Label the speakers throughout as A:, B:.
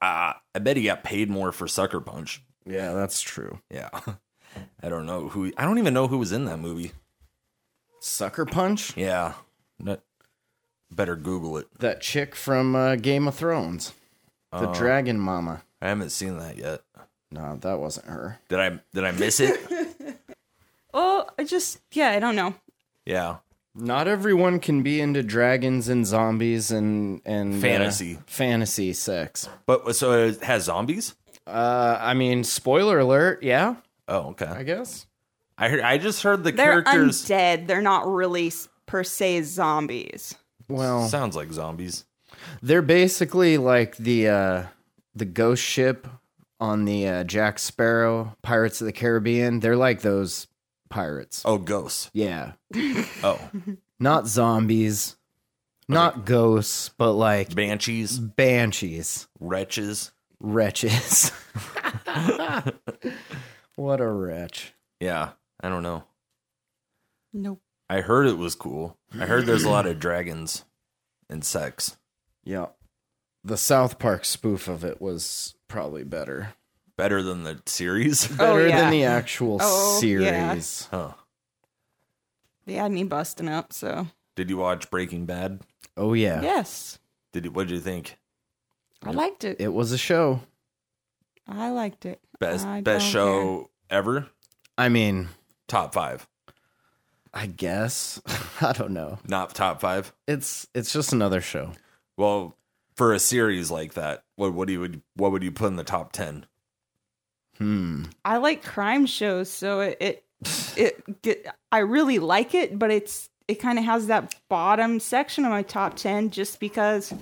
A: uh, I bet he got paid more for Sucker Punch.
B: Yeah, that's true.
A: Yeah. I don't know who. I don't even know who was in that movie.
B: Sucker Punch?
A: Yeah. Not- better Google it.
B: That chick from uh, Game of Thrones. The
A: Oh.
B: Dragon Mama.
A: I haven't seen that yet.
B: No, that wasn't her.
A: Did I? Did I miss it?
C: Oh, I just yeah, I don't know.
A: yeah.
B: Not everyone can be into dragons and zombies and and uh,
A: Fantasy.
B: fantasy sex.
A: But so it has zombies.
B: Uh, I mean, spoiler alert. Yeah,
A: Oh,
B: I
A: okay.
B: guess.
A: I heard, I just heard the
C: They're
A: characters
C: undead. They're not really s- per se zombies.
B: Well,
A: sounds like zombies.
B: they're basically like the uh, the ghost ship on the uh, Jack Sparrow Pirates of the Caribbean. They're like those pirates.
A: Oh, ghosts.
B: Yeah,
A: Oh,
B: not zombies, not ghosts, but like
A: banshees,
B: banshees,
A: wretches.
B: wretches. what a wretch!
A: Yeah. I don't know.
C: Nope.
A: I heard it was cool. I heard there's a lot of dragons and sex.
B: Yeah, the South Park spoof of it was probably better.
A: Better than the series.
B: Better
C: Oh, yeah.
B: than the actual
C: Oh, yeah.
B: series.
A: Huh.
C: They had me busting up. So
A: Did you watch Breaking Bad?
B: Oh yeah.
C: yes,
A: Did you, what did you think?
C: I liked it.
B: It was a show.
C: I liked it.
A: Best
C: I
A: best
C: don't
A: show ever?
B: I mean,
A: Top 5.
B: I guess. I don't know.
A: Not top 5.
B: It's it's just another show.
A: Well, for a series like that, what what do you would what would you put in the top 10?
B: Hmm.
C: I like crime shows, so it it, it get, I really like it, but it's it kind of has that bottom section of my top ten just because,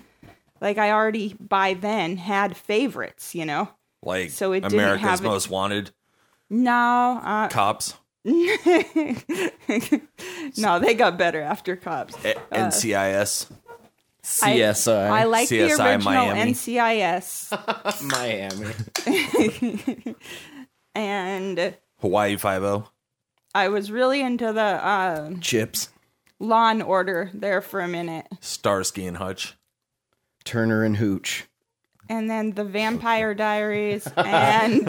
C: like, I already by then had favorites, you know.
A: Like
C: So it didn't
A: America's
C: have it-
A: Most Wanted,
C: No, uh,
A: Cops,
C: no, they got better after cops.
A: A- NCIS.
B: CSI
C: I like the
A: CSI
C: original
A: Miami.
C: NCIS
B: Miami.
C: and.
A: Hawaii Five O.
C: I was really into the uh,
B: Chips.
C: Law and Order there for a minute,
A: Starsky and Hutch.
B: Turner and Hooch.
C: and then the Vampire Diaries and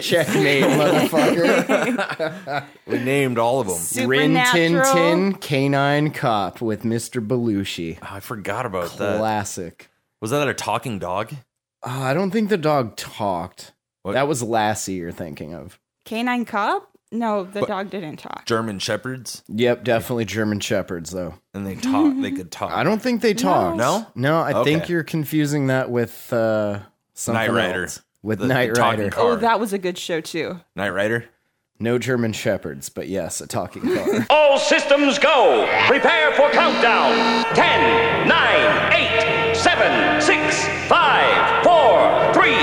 B: Checkmate, motherfucker.
A: We named all of them.
B: Rin Tin
C: Supernatural.
B: Tin Canine Cop with Mr. Belushi.
A: I forgot about that.
B: Classic.
A: Was that a talking dog?
B: Uh, I don't think the dog talked.
A: What?
B: That was Lassie you're thinking of.
C: Canine Cop. No, the dog didn't talk.
A: German shepherds,
B: Yep, definitely German Shepherds though.
A: and they talk. They could talk.
B: I don't think they talked.
A: No?
B: no, I think
A: Okay.
B: you're confusing that with uh, something
A: Knight Rider.
B: else. With
A: The- the
B: Knight
A: talking
B: Rider.
A: car.
C: Oh, that was a good show too.
A: Knight Rider.
B: No German Shepherds, but yes, a talking car.
D: All systems go. Prepare for countdown. 10, 9, 8, 7, 6, 5, 4, 3, 2,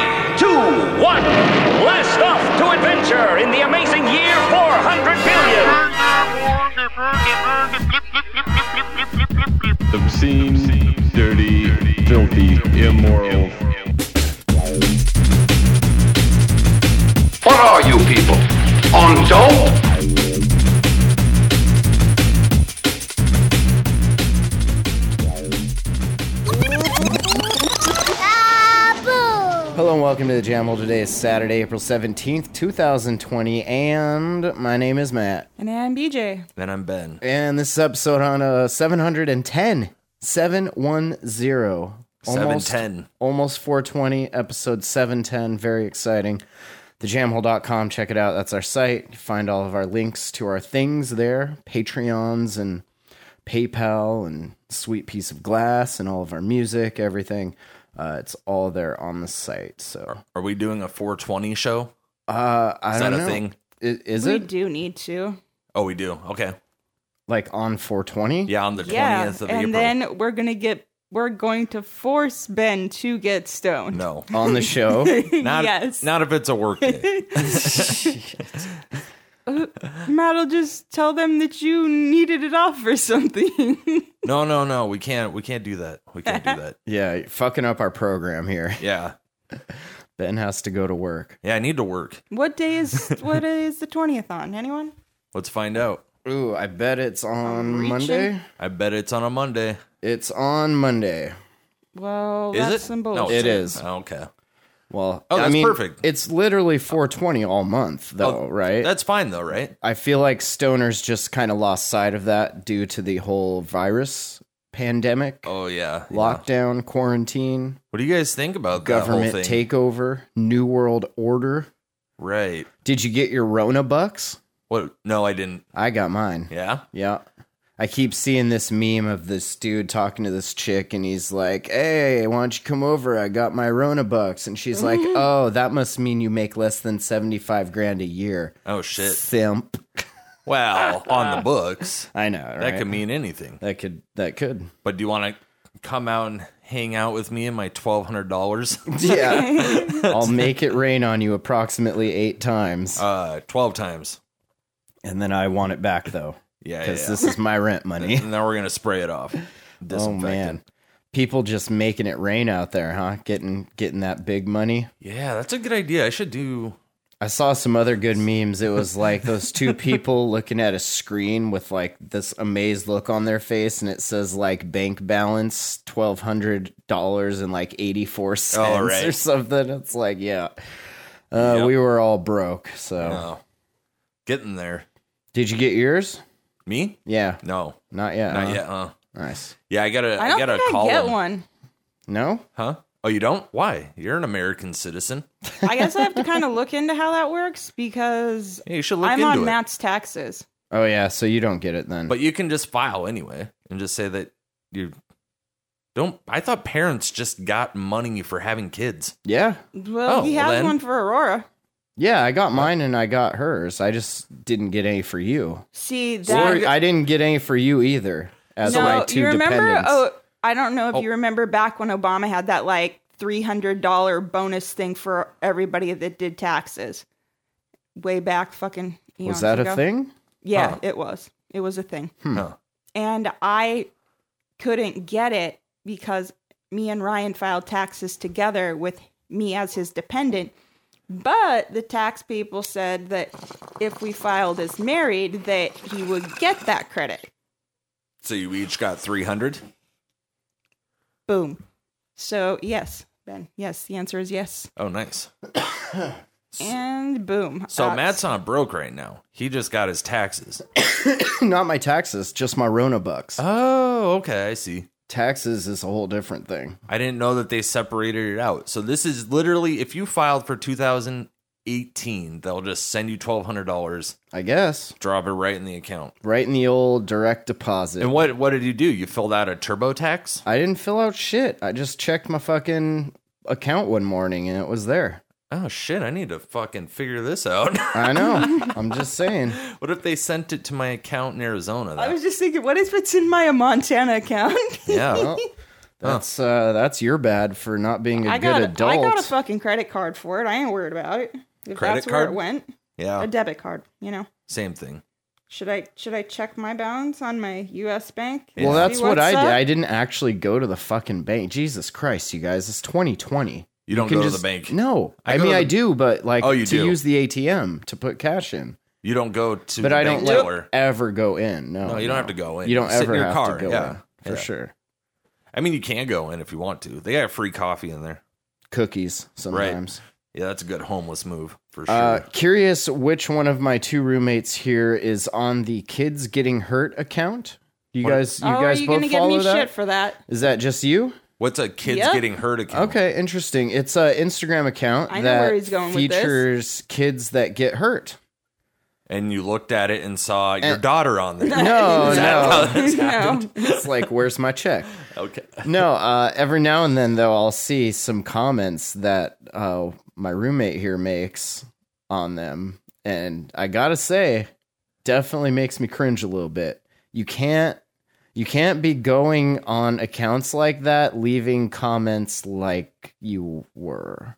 D: 1. Blast off to adventure in the amazing year 400 billion.
E: Obscene, dirty, filthy, immoral.
F: What are you people? On dope?
B: Hello and welcome to the Jamble. Today is Saturday, April 17th, 2020, and my name is Matt.
C: And then BJ.
A: Then I'm Ben.
B: And this is episode on uh, 710. 710. Almost-
A: 710.
B: Almost 420, episode 710. Very exciting. Thejamhole.com. Check it out. That's our site. You find all of our links to our things there Patreons and PayPal and Sweet Piece of Glass and all of our music, everything. Uh, it's all there on the site. So
A: Are we doing a 420 show?
B: uh, I
A: Is
B: don't
A: that a
B: know.
A: thing?
B: I- Is
C: we
B: it
C: do need to.
A: Oh, we do. Okay.
B: like on 420?
A: Yeah, on the 20th
C: Yeah,
A: of
C: and
A: April.
C: then we're gonna get. We're going to force Ben to get stoned.
A: no,
B: On the show?
A: not
C: yes,
A: not if it's a work day.
C: Matt'll just tell them that you needed it off or something.
A: no, no, no. We can't. We can't do that. We can't do that.
B: yeah, you're fucking up our program here.
A: Yeah,
B: Ben has to go to work.
A: yeah. I need to work.
C: what day is what day is the twentieth on? Anyone?
A: Let's find out.
B: Ooh, I bet it's on
C: reaching.
B: Monday.
A: I bet it's on a Monday.
B: It's on Monday.
C: Well,
A: Is
C: that's
A: it?
C: some
A: No, Oh,
C: bullshit.
B: It is.
A: Okay.
B: Well,
A: Oh,
B: I
A: that's
B: mean,
A: perfect.
B: It's literally 420 all month, though,
A: Oh,
B: right?
A: That's fine though, right?
B: I feel like stoners just kind of lost sight of that due to the whole virus pandemic,
A: Oh yeah. yeah.
B: lockdown, quarantine,
A: What do you guys think about that
B: government
A: whole thing?
B: takeover, new world order.
A: right.
B: Did you get your Rona bucks?
A: What? No, I didn't.
B: I got mine.
A: Yeah.
B: Yeah. I keep seeing this meme of this dude talking to this chick, and he's like, Hey, why don't you come over? I got my Rona bucks. And she's like, Oh, that must mean you make less than 75 grand a year.
A: Oh shit.
B: Simp.
A: Well, on the books,
B: I know.
A: that
B: right?
A: could mean anything.
B: That could. That could.
A: But do you want to come out and hang out with me and my twelve hundred dollars?
B: Yeah. I'll make it rain on you approximately eight times.
A: Uh, twelve times.
B: and then I want it back, though,
A: Yeah. yeah,
B: because
A: yeah.
B: this is my rent money.
A: And now we're gonna spray it off.
B: oh,
A: Disinfectant.
B: man. People just making it rain out there, huh? Getting getting that big money.
A: Yeah, that's a good idea. I should do.
B: I saw some other good memes. It was like those two people looking at a screen with like this amazed look on their face, and it says like bank balance twelve hundred dollars and like eighty four cents
A: Oh, right.
B: or something. It's like, yeah, uh,
A: Yep.
B: we were all broke. So,
A: No. uh, Getting there.
B: did you get yours?
A: Me?
B: Yeah,
A: No,
B: not yet.
A: not
B: huh?
A: yet. Huh?
B: Nice.
A: Yeah, I gotta.
C: I don't
A: gotta
C: think I
A: call
C: get
A: him.
C: one.
B: No,
A: Huh? Oh, you don't? Why? You're an American citizen.
C: I guess I have to kind of look into how that works because
A: Yeah, you should look
C: I'm
A: into
C: on
A: it.
C: Matt's taxes.
B: oh yeah, so you don't get it then.
A: But you can just file anyway and just say that you don't. I thought parents just got money for having kids.
B: yeah,
C: Well,
A: Oh,
C: he
A: well
C: has
A: then.
C: one for Aurora.
B: yeah, I got mine and I got hers. I just didn't get any for you.
C: See that?
B: Or I didn't get any for you either. As
C: no,
B: my two
C: you remember?
B: dependents.
C: Oh, I don't know if
A: Oh.
C: you remember back when Obama had that like three hundred dollar bonus thing for everybody that did taxes. Way back, fucking.
B: was
C: eons
B: that
C: ago.
B: a thing?
C: Yeah,
A: Huh.
C: it was. It was a thing.
B: Hmm.
A: Huh.
C: And I couldn't get it because me and Ryan filed taxes together with me as his dependent. But the tax people said that if we filed as married, that he would get that credit.
A: So you each got 300?
C: Boom. So yes, Ben. Yes, the answer is yes.
A: Oh, nice.
C: And boom.
A: So
C: Uh,
A: Matt's not broke right now. He just got his taxes.
B: Not my taxes, just my Rona bucks.
A: Oh, okay. I see.
B: taxes is a whole different thing.
A: I didn't know that they separated it out. So this is literally if you filed for 2018, they'll just send you $1,200,
B: I guess.
A: drop it right in the account.
B: Right in the old direct deposit.
A: And what what did you do? You filled out a TurboTax?
B: I didn't fill out shit. I just checked my fucking account one morning and it was there.
A: Oh shit, I need to fucking figure this out.
B: I know. I'm just saying.
A: what if they sent it to my account in Arizona?
C: I
A: though?
C: was just thinking, what if it's in my Montana account?
A: yeah.
B: Well, that's uh, that's your bad for not being a
C: I
B: good
C: got a,
B: adult.
C: I got a fucking credit card for it. I ain't worried about it. If
A: Credit
C: that's where
A: card? Oh.
C: it went,
A: Yeah.
C: a debit card. You know,
A: Same thing.
C: should I should I check my balance on my U.S. bank?
B: Well, that's
C: See
B: what
C: what's
B: I did.
C: up?
B: I didn't actually go to the fucking bank. Jesus Christ, you guys, it's 2020.
A: You don't
B: can
A: go to
B: just-
A: the bank.
B: No,
A: I
B: I,
A: go
B: mean
A: to the-
B: I do, but like
A: Oh, you
B: to
A: do.
B: use the ATM to put cash in.
A: You don't go to
B: But
A: the
B: I
A: bank
B: don't like
A: teller.
B: ever go in. No,
A: No, you don't have to go in.
B: You don't
A: Sit in
B: ever
A: your
B: have
A: car,
B: to go
A: yeah,
B: in for
A: yeah.
B: sure.
A: I mean, you can go in if you want to. They got free coffee in there.
B: Cookies sometimes.
A: Yeah, that's a good homeless move for sure.
B: Uh, curious which one of my two roommates here is on the kids getting hurt account. You guys, you
C: oh,
B: guys
C: are you
B: both
C: gonna give
B: follow
C: me
B: that?
C: shit for that?
B: Is that just you?
A: What's a kids
C: yeah.
A: getting hurt account?
B: Okay, interesting. It's an Instagram account
C: I know
B: that
C: where he's going with this.
B: features kids that get hurt.
A: And you looked at it and saw your
B: Eh.
A: daughter on there.
B: No, no.
C: no.
B: It's like, where's my check?
A: Okay.
B: No, uh, every now and then, though, I'll see some comments that uh, my roommate here makes on them. And I gotta say, definitely makes me cringe a little bit. You can't. You can't be going on accounts like that, leaving comments like you were.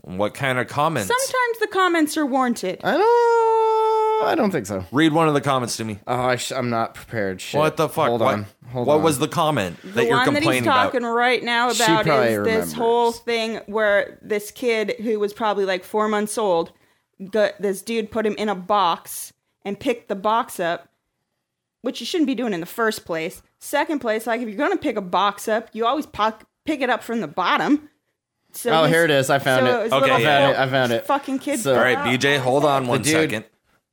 A: What kind of comments?
C: Sometimes the comments are warranted.
B: I don't. I don't think so.
A: Read one of the comments to me.
B: Oh, I sh- I'm not prepared. Shit.
A: What the fuck?
B: Hold
A: what
B: on. Hold
A: what
B: on.
A: was the comment that
C: the
A: you're
C: one that
A: complaining
C: he's talking
A: about?
C: right now
B: She
C: about
B: probably
C: is
B: remembers.
C: this whole thing where this kid who was probably like four months old, gu- this dude put him in a box and picked the box up, which you shouldn't be doing in the first place. Second place, like if you're gonna pick a box up, you always pock- pick it up from the bottom. So
B: Oh,
C: this-
B: here it is. I found
C: so
B: it.
C: his
A: Okay,
C: little
A: yeah. I found
B: it. I found it.
C: Fucking kid.
B: So-
A: All
B: All
A: right,
C: fell out.
A: BJ, hold on one
B: The dude-
A: second.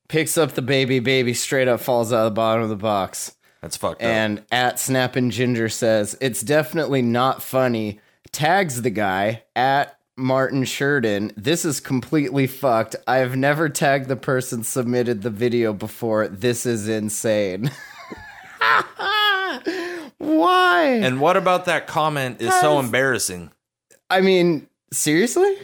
B: Picks up the baby. Baby straight up falls out of the bottom of the box.
A: That's fucked up.
B: And at Snappin' Ginger says, it's definitely not funny. Tags the guy at Martin Sheridan. This is completely fucked. I've never tagged the person submitted the video before. This is insane. Why?
A: And what about that comment is so embarrassing?
B: I mean, seriously?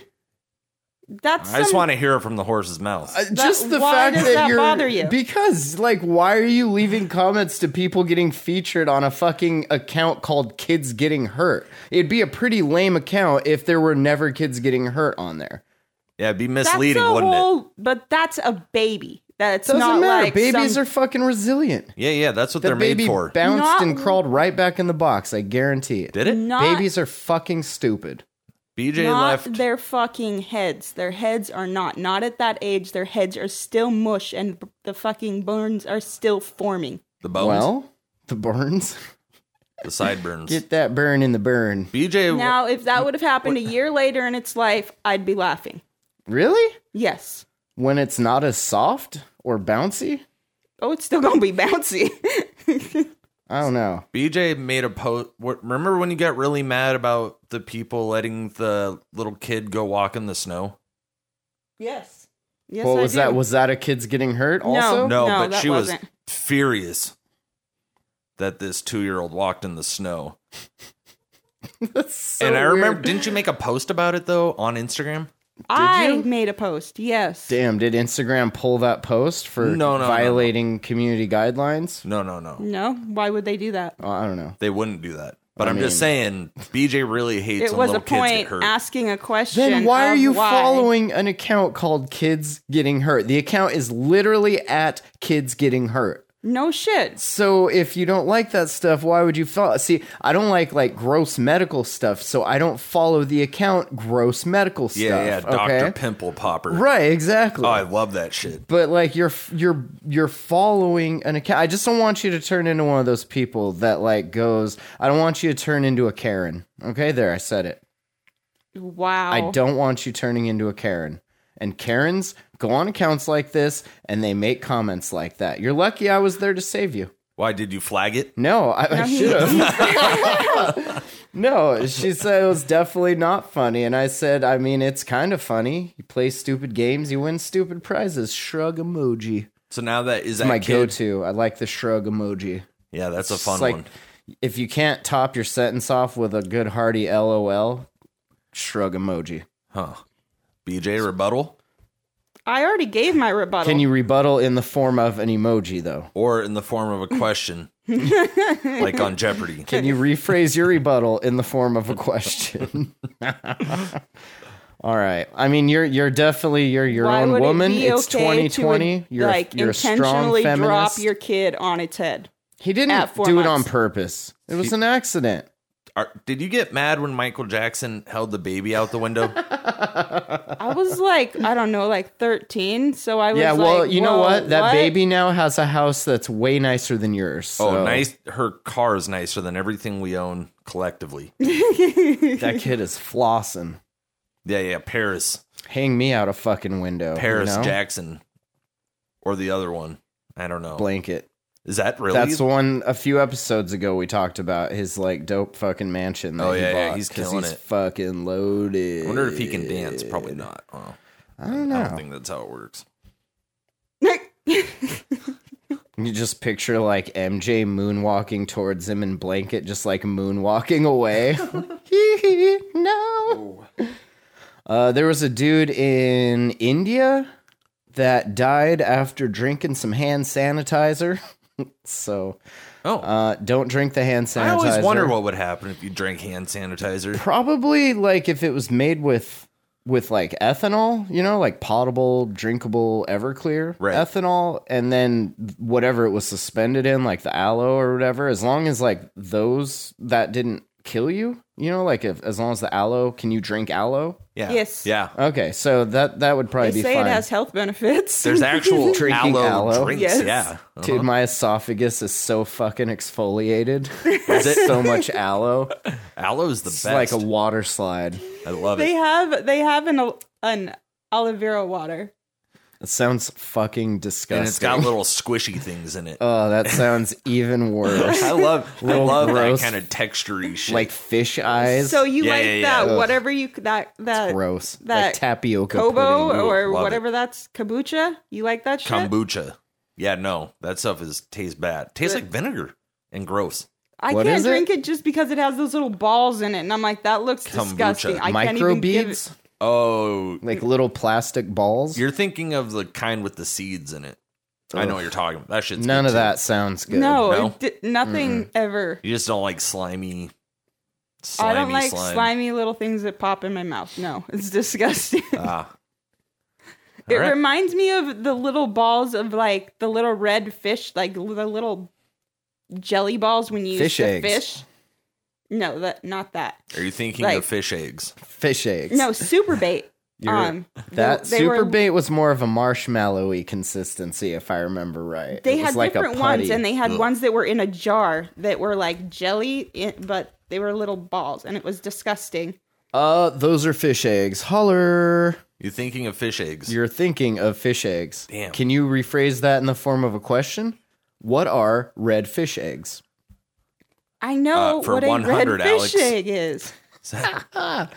C: That's
A: I just
C: some-
A: want to hear it from the horse's mouth.
B: Uh, Just the
C: why
B: fact
C: does
B: that,
C: that
B: you're
C: bother you?
B: because, like, why are you leaving comments to people getting featured on a fucking account called Kids Getting Hurt? It'd be a pretty lame account if there were never kids getting hurt on there.
A: Yeah, it'd be
C: that's
A: misleading,
C: a
A: wouldn't it?
C: whole, But that's a baby. That's
B: Doesn't
C: not
B: matter.
C: like
B: Babies
C: some-
B: are fucking resilient.
A: Yeah, yeah, that's what
B: The
A: they're made
B: baby
A: for.
B: bounced
C: Not-
B: and crawled right back in the box. I guarantee it.
A: Did it?
C: not
B: Babies are fucking stupid.
A: BJ
C: not
A: left.
C: their fucking heads. Their heads are not not at that age. Their heads are still mush, and b- the fucking bones are still forming.
A: the bones,
B: Well, the burns.
A: the sideburns.
B: Get that burn in the burn.
A: BJ,
C: Now, if that would have happened a year later in its life, I'd be laughing.
B: Really?
C: Yes.
B: When it's not as soft or bouncy?
C: Oh, it's still gonna be bouncy.
B: I don't know.
A: BJ made a post. Remember when you got really mad about the people letting the little kid go walk in the snow?
C: yes. Yes.
B: what
C: I
B: was that?
C: do.
B: Was that a kids getting hurt? Also,
A: No,
C: No,
A: but
C: that
A: she
C: wasn't.
A: was furious that this two-year-old walked in the snow.
B: That's so
A: and I
B: weird.
A: remember, didn't you make a post about it though on Instagram?
C: I
B: you?
C: made a post. Yes.
B: Damn, did Instagram pull that post for
A: No, no, no,
B: violating community guidelines?
A: No, no, no.
C: No. Why would they do that?
B: Oh, I don't know.
A: They wouldn't do that. But
B: I
A: I am just saying,
B: mean-
A: BJ really hates
C: It
A: when
C: was
A: little
C: a
A: kids
C: point
A: get hurt.
C: asking a question.
B: Then why are
C: of
B: you
C: why.
B: following an account called Kids Getting Hurt? The account is literally at Kids Getting Hurt.
C: No shit.
B: So if you don't like that stuff, why would you follow? See, I don't like like gross medical stuff, so I don't follow the account gross medical stuff.
A: yeah, yeah, Doctor
B: okay?
A: Pimple Popper.
B: Right, exactly.
A: Oh, I love that shit.
B: but like you're you're you're following an account. I just don't want you to turn into one of those people that like goes. I don't want you to turn into a Karen. Okay, there I said it.
C: Wow.
B: I don't want you turning into a Karen. And Karens go on accounts like this and they make comments like that. You're lucky I was there to save you.
A: Why did you flag it?
B: No, I, I
C: he-
B: should have. no, she said it was definitely not funny, and I said, I mean, it's kind of funny. You play stupid games, you win stupid prizes. Shrug emoji.
A: So now that is that
B: my
A: kid-
B: go-to. I like the shrug emoji.
A: Yeah, that's a
B: It's
A: fun
B: like,
A: one.
B: If you can't top your sentence off with a good hearty LOL, shrug emoji.
A: Huh. BJ rebuttal
C: I already gave my rebuttal.
B: Can you rebuttal in the form of an emoji though?
A: or in the form of a question like on Jeopardy.
B: Can you rephrase your rebuttal in the form of a question? All right. I mean, you're you're definitely you're your
C: Why
B: own
C: would it
B: woman.
C: be
B: It's
C: okay to,
B: 2020. you're
C: like
B: a, you're a strong
C: intentionally
B: feminist.
C: drop your kid on its head.
B: he didn't
C: at four
B: do it on
C: months.
B: purpose. It was an accident.
A: Are, did you get mad when Michael Jackson held the baby out the window?
C: I was like, I don't know, like 13. So I was
B: Yeah,
C: like,
B: well, you know
C: whoa,
B: what? That baby now has a house that's way nicer than yours.
A: oh,
B: so
A: nice. Her car is nicer than everything we own collectively.
B: That kid is flossing.
A: Yeah, yeah. Paris,
B: Hang me out a fucking window. you
A: Paris
B: know?
A: Jackson, or the other one. I don't know.
B: blanket.
A: Is that really?
B: That's the one a few episodes ago we talked about his like dope fucking mansion. That
A: Oh,
B: he
A: yeah, yeah,
B: bought,
A: he's
B: 'cause
A: killing
B: he's
A: it.
B: Fucking loaded.
A: I wonder if he can dance. Probably not. Oh,
B: I don't
A: I
B: know.
A: don't think that's how it works.
B: You just picture like MJ moonwalking towards him and blanket just like moonwalking away. Hee hee, no. Uh, there was a dude in India that died after drinking some hand sanitizer. so
A: Oh,
B: uh, don't drink the hand sanitizer.
A: I always wonder what would happen if you drank hand sanitizer.
B: Probably like if it was made with with like ethanol, you know, like potable, drinkable Everclear
A: Right.
B: ethanol, and then whatever it was suspended in, like the aloe or whatever. As long as like those that didn't kill you? You know, like if, as long as the aloe, can you drink aloe?
A: Yeah.
C: Yes.
A: Yeah.
B: Okay, so that that would probably
C: They
B: be
C: say
B: fine.
C: it has health benefits.
A: There's actual
B: Drinking
A: aloe,
B: aloe.
A: drinks.
C: Yes.
A: Yeah. Uh-huh.
B: Dude, my esophagus is so fucking exfoliated.
A: Is it?
B: so much aloe.
A: Aloe is the
B: It's
A: best.
B: like a water slide.
A: I love
C: They
A: it.
C: have they have an an aloe vera water.
B: It sounds fucking disgusting.
A: And it's got little squishy things in it.
B: oh, that sounds even worse.
A: I love I
B: Little
A: love
B: gross.
A: that kind of textury shit.
B: like fish eyes.
C: So you
A: Yeah,
C: like
A: yeah, yeah.
C: that
B: Ugh.
C: whatever you that that
B: gross. like
C: that
B: tapioca
C: kobo
B: pudding.
C: or
A: Love it.
C: whatever that's kombucha. You like that shit?
A: kombucha. Yeah, no, that stuff is tastes bad. Tastes like vinegar and gross.
C: I
B: What
C: can't
B: is it?
C: drink it? just because it has those little balls in it, and I'm like, that looks
A: Kombucha.
C: disgusting. I can't
B: Micro
C: even give
B: beads,
C: it.
A: Oh,
B: like little plastic balls.
A: you're thinking of the kind with the seeds in it. I know what you're talking about. That shit's
B: None
A: good
B: of
A: too.
B: that sounds good.
C: No,
A: No?
C: it di- nothing ever.
A: You just don't like slimy. slimy
C: I don't like
A: slime.
C: slimy little things that pop in my mouth. No, it's disgusting.
A: Ah.
C: it
A: All right.
C: reminds me of the little balls of like the little red fish, like l- the little jelly balls when you
B: Fish
C: used to
B: eggs.
C: fish. No, that not that.
A: Are you thinking
C: Like-
A: of fish eggs?
B: Fish eggs.
C: No, super bait. um, they-
B: that
C: they
B: super
C: were-
B: bait was more of a marshmallowy consistency, if I remember right.
C: They
B: It was
C: had
B: like a
C: different ones,
B: putty.
C: and they had ones that were in a jar that were like jelly, in, but they were little balls, and it was disgusting.
B: Uh, those are fish eggs. Holler.
A: You're thinking of fish eggs.
B: You're thinking of fish eggs.
A: Damn.
B: Can you rephrase that in the form of a question? What are red fish eggs?
C: I know
A: Uh, for
C: what a red
A: 100,
C: fish
A: Alex.
C: egg is.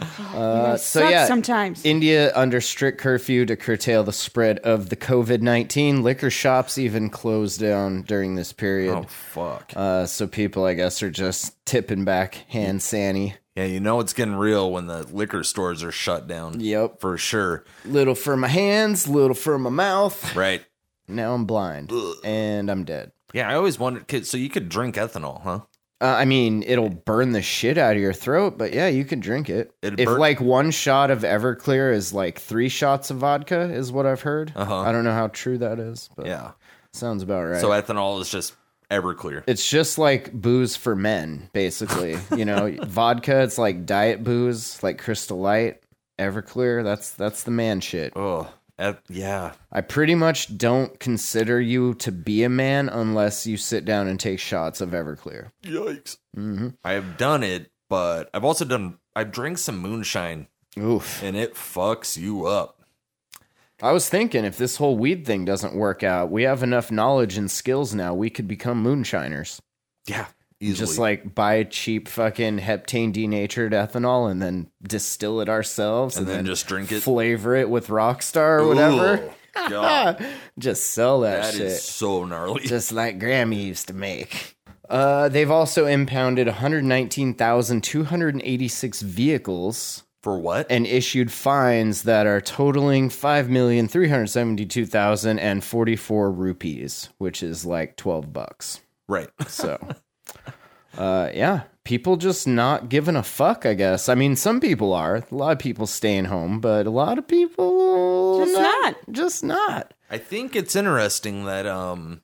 C: Ah,
B: Uh,
C: so sometimes
B: India under strict curfew to curtail the spread of the COVID 19. Liquor shops even closed down during this
A: oh
B: period.
A: fuck.
B: Uh, so people, I guess, are just tipping back hand sanny.
A: Yeah, you know it's getting real when the liquor stores are shut down.
B: Yep.
A: For sure.
B: Little for my hands, little for my mouth.
A: Right.
B: Now I'm blind and I'm dead.
A: Yeah, I always wondered. 'cause- So you could drink ethanol, huh?
B: Uh, I mean, it'll burn the shit out of your throat, but yeah, you could drink it.
A: It'd
B: if
A: burn-
B: like one shot of Everclear is like three shots of vodka, is what I've heard.
A: Uh-huh.
B: I don't know how true that is, but
A: Yeah.
B: sounds about right.
A: So ethanol is just Everclear.
B: it's just like booze for men, basically. you know, vodka. It's like diet booze, like Crystal Light, Everclear. That's that's the man shit.
A: Oh, et- yeah.
B: I pretty much don't consider you to be a man unless you sit down and take shots of Everclear.
A: Yikes.
B: Mm-hmm.
A: I have done it, but I've also done. I've drank some moonshine,
B: Oof.
A: and it fucks you up.
B: I was thinking if this whole weed thing doesn't work out, we have enough knowledge and skills now. We could become moonshiners.
A: Yeah, easily.
B: Just like buy cheap fucking heptane denatured ethanol and then distill it ourselves
A: And then just drink it?
B: Flavor it with Rockstar or whatever.
A: Ooh, God,
B: Just sell that,
A: that
B: shit.
A: is so gnarly.
B: Just like Grammy used to make. Uh, they've also impounded 119,286 vehicles
A: For what?
B: and issued fines that are totaling five million three hundred seventy-two thousand and forty-four rupees, which is like twelve bucks.
A: right.
B: So, uh, yeah, people just not giving a fuck. I guess. I mean, some people are. A lot of people staying home, but a lot of people
C: Just
B: Just not.
A: I think it's interesting that um,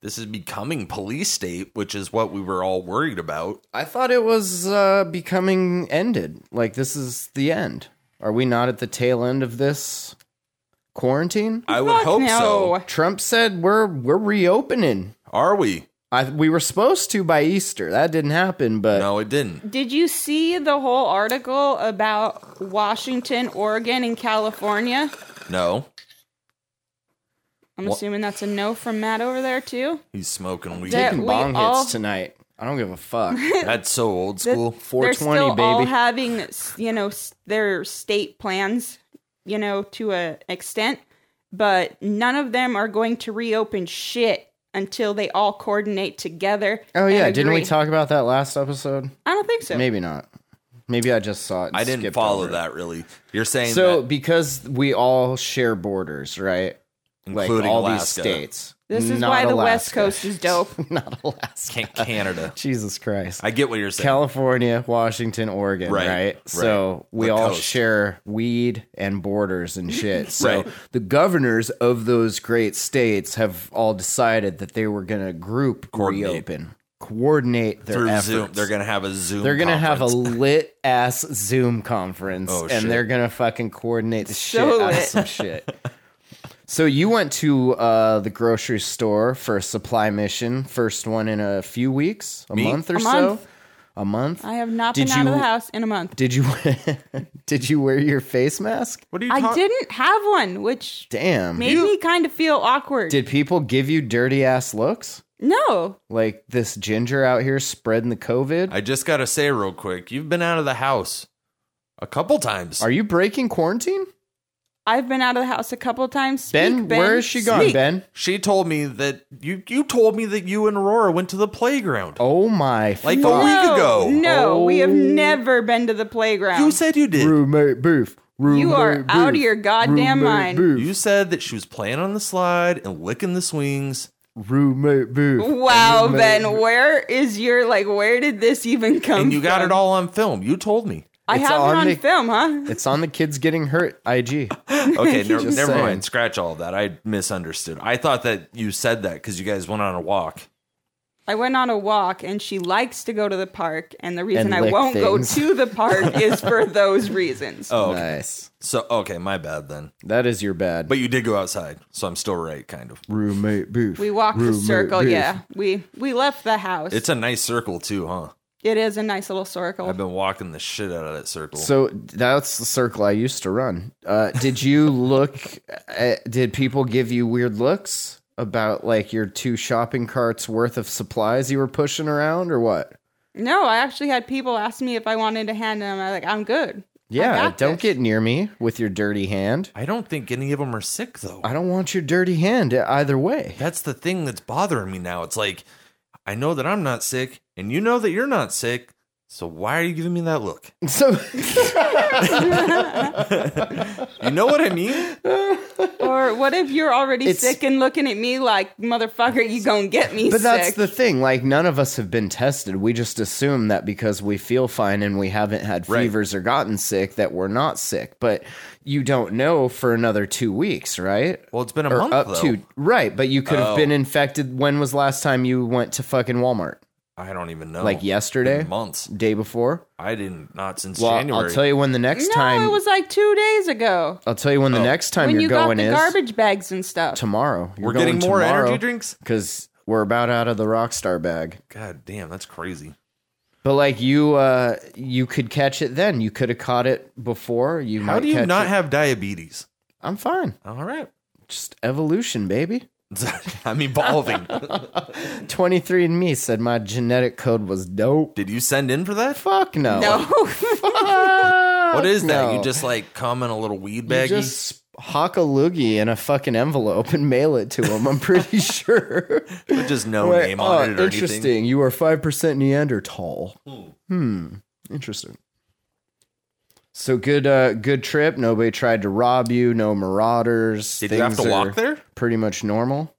A: this is becoming police state, which is what we were all worried about.
B: I thought it was uh, becoming ended. Like this is the end. Are we not at the tail end of this quarantine?
A: I would
C: Fuck
A: hope so.
C: no.
B: Trump said we're we're reopening.
A: Are we?
B: I we were supposed to by Easter. That didn't happen, but
A: No, it didn't.
C: Did you see the whole article about Washington, Oregon, and California?
A: No,
C: I'm
A: Wha-
C: assuming that's a no from Matt over there too.
A: he's smoking weed.
C: That-
B: fucking
C: we
B: bong
C: all-
B: hits tonight. I don't give a fuck.
A: That's so old
C: That
A: school.
C: They're
B: 420
C: still all
B: baby.
C: having, s- you know, s- their state plans, you know, to a extent, but none of them are going to reopen shit until they all coordinate together.
B: oh
C: and
B: yeah, didn't we
C: agree.
B: talk about that last episode?
C: I don't think so.
B: Maybe not. Maybe I just saw it. and
A: I didn't
B: skipped
A: follow
B: over it.
A: that really. You're saying
B: So
A: that
B: because we all share borders, right?
A: Including
B: like all
A: Alaska.
B: these states.
C: This is
B: Not
C: why the
B: Alaska.
C: West Coast is dope.
B: not Alaska.
A: Can- Canada.
B: Jesus Christ.
A: I get what you're saying.
B: California, Washington, Oregon,
A: Right,
B: right?
A: right.
B: So we
A: The
B: all
A: coast.
B: share weed and borders and shit. So
A: Right.
B: the governors of those great states have all decided that they were going to group
A: Coordinate.
B: reopen, coordinate their
A: through
B: efforts.
A: Zoom. They're gonna have a Zoom.
B: They're gonna have a
A: conference.
B: lit ass Zoom conference,
A: Oh,
B: and
A: shit.
B: they're gonna fucking coordinate the shit
C: So
B: out of
C: lit.
B: some shit. So you went to uh, the grocery store for a supply mission, first one in a few weeks, a
A: Me?
B: month or
C: A
B: so,
C: month.
B: a month.
C: I have not
B: Did
C: been out of the
B: you-
C: house in a month.
B: Did you did you wear your face mask?
A: What are you?
C: I
A: talk-
C: didn't have one, which
B: Damn.
C: made me kind of feel awkward.
B: Did people give you dirty ass looks?
C: no,
B: Like this ginger out here spreading the COVID?
A: I just gotta say real quick. You've been out of the house a couple times.
B: Are you breaking quarantine?
C: I've been out of the house a couple times. Speak,
B: Ben, where is she gone,
C: Speak.
B: Ben?
A: she told me that you you told me that you and Aurora went to the playground
B: Oh my
A: like a
B: fuck.
A: week
C: No,
A: ago.
C: No, we have
B: Oh.
C: never been to the playground.
A: You said you did.
B: roommate beef. Roommate
C: You are
B: beef.
C: out of your goddamn
B: roommate
C: mind.
B: Beef.
A: You said that she was playing on the slide and licking the swings.
B: Roommate beef.
C: wow,
B: Roommate
C: Ben,
B: beef.
C: where is your like? Where did this even come?
A: and you got
C: from?
A: it all on film. You told me.
C: I
B: It's
C: have
B: on
C: it on
B: the-
C: film, huh?
B: It's on the kids getting hurt. IG.
A: Okay, never,
B: Just
A: never
B: saying.
A: mind. Scratch all that. I misunderstood. I thought that you said that because you guys went on a walk.
C: I went on a walk, and she likes to go to the park, and the reason
B: And
C: I
B: lick
C: won't go
B: things.
C: to the park is for those reasons.
A: Oh, okay.
B: Nice.
A: so okay, my bad then.
B: That is your bad.
A: But you did go outside, so I'm still right, kind of.
B: roommate beef.
C: We walked the
B: Roommate
C: circle.
B: beef.
C: Yeah, we we left the house.
A: It's a nice circle too, huh?
C: it is a nice little circle.
A: I've been walking the shit out of that circle.
B: So that's the circle I used to run. Uh, did you look? At, did people give you weird looks about like your two shopping carts worth of supplies you were pushing around, or what?
C: no, I actually had people ask me if I wanted to hand them. I like, I'm good.
B: Yeah,
C: got
B: don't
C: this.
B: get near me with your dirty hand.
A: I don't think any of them are sick though.
B: I don't want your dirty hand either way.
A: That's the thing that's bothering me now. It's like I know that I'm not sick, and you know that you're not sick. So why are you giving me that look?
B: So
A: You know what I mean?
C: Or what if you're already
B: It's-
C: sick and looking at me like, motherfucker, you gonna get me
B: But
C: sick?
B: that's the thing. Like, none of us have been tested. We just assume that because we feel fine and we haven't had
A: Right.
B: fevers or gotten sick, that we're not sick. But you don't know for another two weeks, right?
A: Well, it's been a
B: Or
A: month
B: up
A: though.
B: to right, but you could have
A: Oh.
B: been infected. When was last time you went to fucking Walmart?
A: I don't even know.
B: Like
A: It's
B: yesterday?
A: been months.
B: Day before?
A: I didn't not since
B: Well,
A: January.
B: I'll tell you when the next
C: no,
B: time.
C: it was like two days ago
B: I'll tell you when
A: Oh.
B: the next time
C: when
B: you're
C: you got
B: going
C: the
B: is
C: garbage bags and stuff.
B: tomorrow. You're
A: We're getting
B: going
A: more
B: tomorrow
A: energy drinks.
B: because we're about out of the Rockstar bag.
A: God damn, that's crazy.
B: But like you, uh, you could catch it then. You could have caught it before. You
A: How
B: might
A: do you
B: catch
A: not
B: it-
A: have diabetes?
B: I'm fine.
A: All right.
B: Just evolution, baby.
A: I'm evolving.
B: Twenty three and Me said my genetic code was dope.
A: Did you send in for that?
B: Fuck no.
C: no,
B: Fuck
A: What is that?
B: no.
A: You just like come in a little weed
B: You
A: baggie?
B: just hock a loogie in a fucking envelope and mail it to him. I'm pretty sure.
A: With just no
B: Wait,
A: name on
B: oh,
A: it or
B: interesting.
A: anything.
B: You are five percent Neanderthal. Hmm. Interesting. So good, uh, good trip. Nobody tried to rob you. No marauders.
A: Did you have
B: Things
A: to
B: are
A: walk there?
B: Pretty much normal.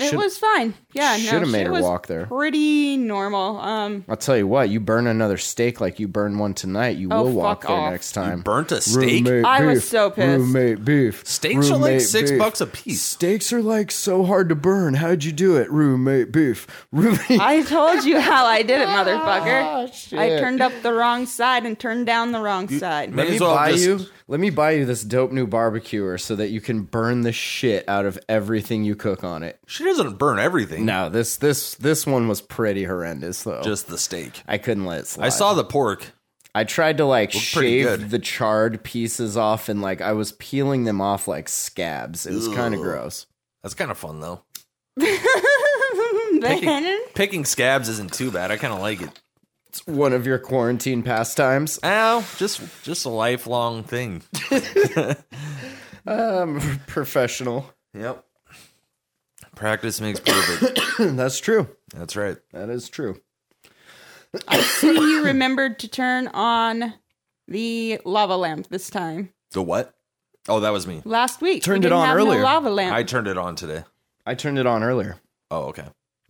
C: it
B: Should-
C: was fine. Yeah, no,
B: should have made
C: shit
B: her
C: was
B: walk there.
C: Pretty normal. Um,
B: I'll tell you what. You burn another steak like you burned one tonight. You
C: Oh,
B: will walk
C: fuck
B: there
C: off.
B: next time.
A: Burnt a steak?
C: I was so pissed.
B: Roommate beef.
A: Steaks are like
B: Roommate
A: six
B: beef.
A: bucks a piece.
B: Steaks are like so hard to burn. How'd you do it, roommate beef? Roommate.
C: I told you how I did it, motherfucker.
B: Ah, shit.
C: I turned up the wrong side and turned down the wrong side.
A: May
B: Let me
A: as well
B: buy
A: just-
B: you. Let me buy you this dope new barbecuer so that you can burn the shit out of everything you cook on it.
A: She doesn't burn everything.
B: No, this this this one was pretty horrendous though.
A: Just the steak.
B: I couldn't let it slide.
A: I saw the pork.
B: I tried to like
A: pretty
B: shave
A: good.
B: the charred pieces off, and like I was peeling them off like scabs. It was kind of gross.
A: That's kind of fun though.
C: Ben,
A: Picking scabs isn't too bad. I kind of like it.
B: It's one of your quarantine pastimes.
A: Ow, just just a lifelong thing.
B: Um, professional.
A: Yep. Practice makes perfect.
B: That's true.
A: That's right.
B: That is true.
C: see, you remembered to turn on the lava lamp this time.
A: The what? Oh, that was me.
C: Last week,
B: Turned
C: we
B: it
C: didn't
B: on
C: have
B: earlier.
C: No lava lamp.
A: I turned it on today.
B: I turned it on earlier.
A: Oh, okay.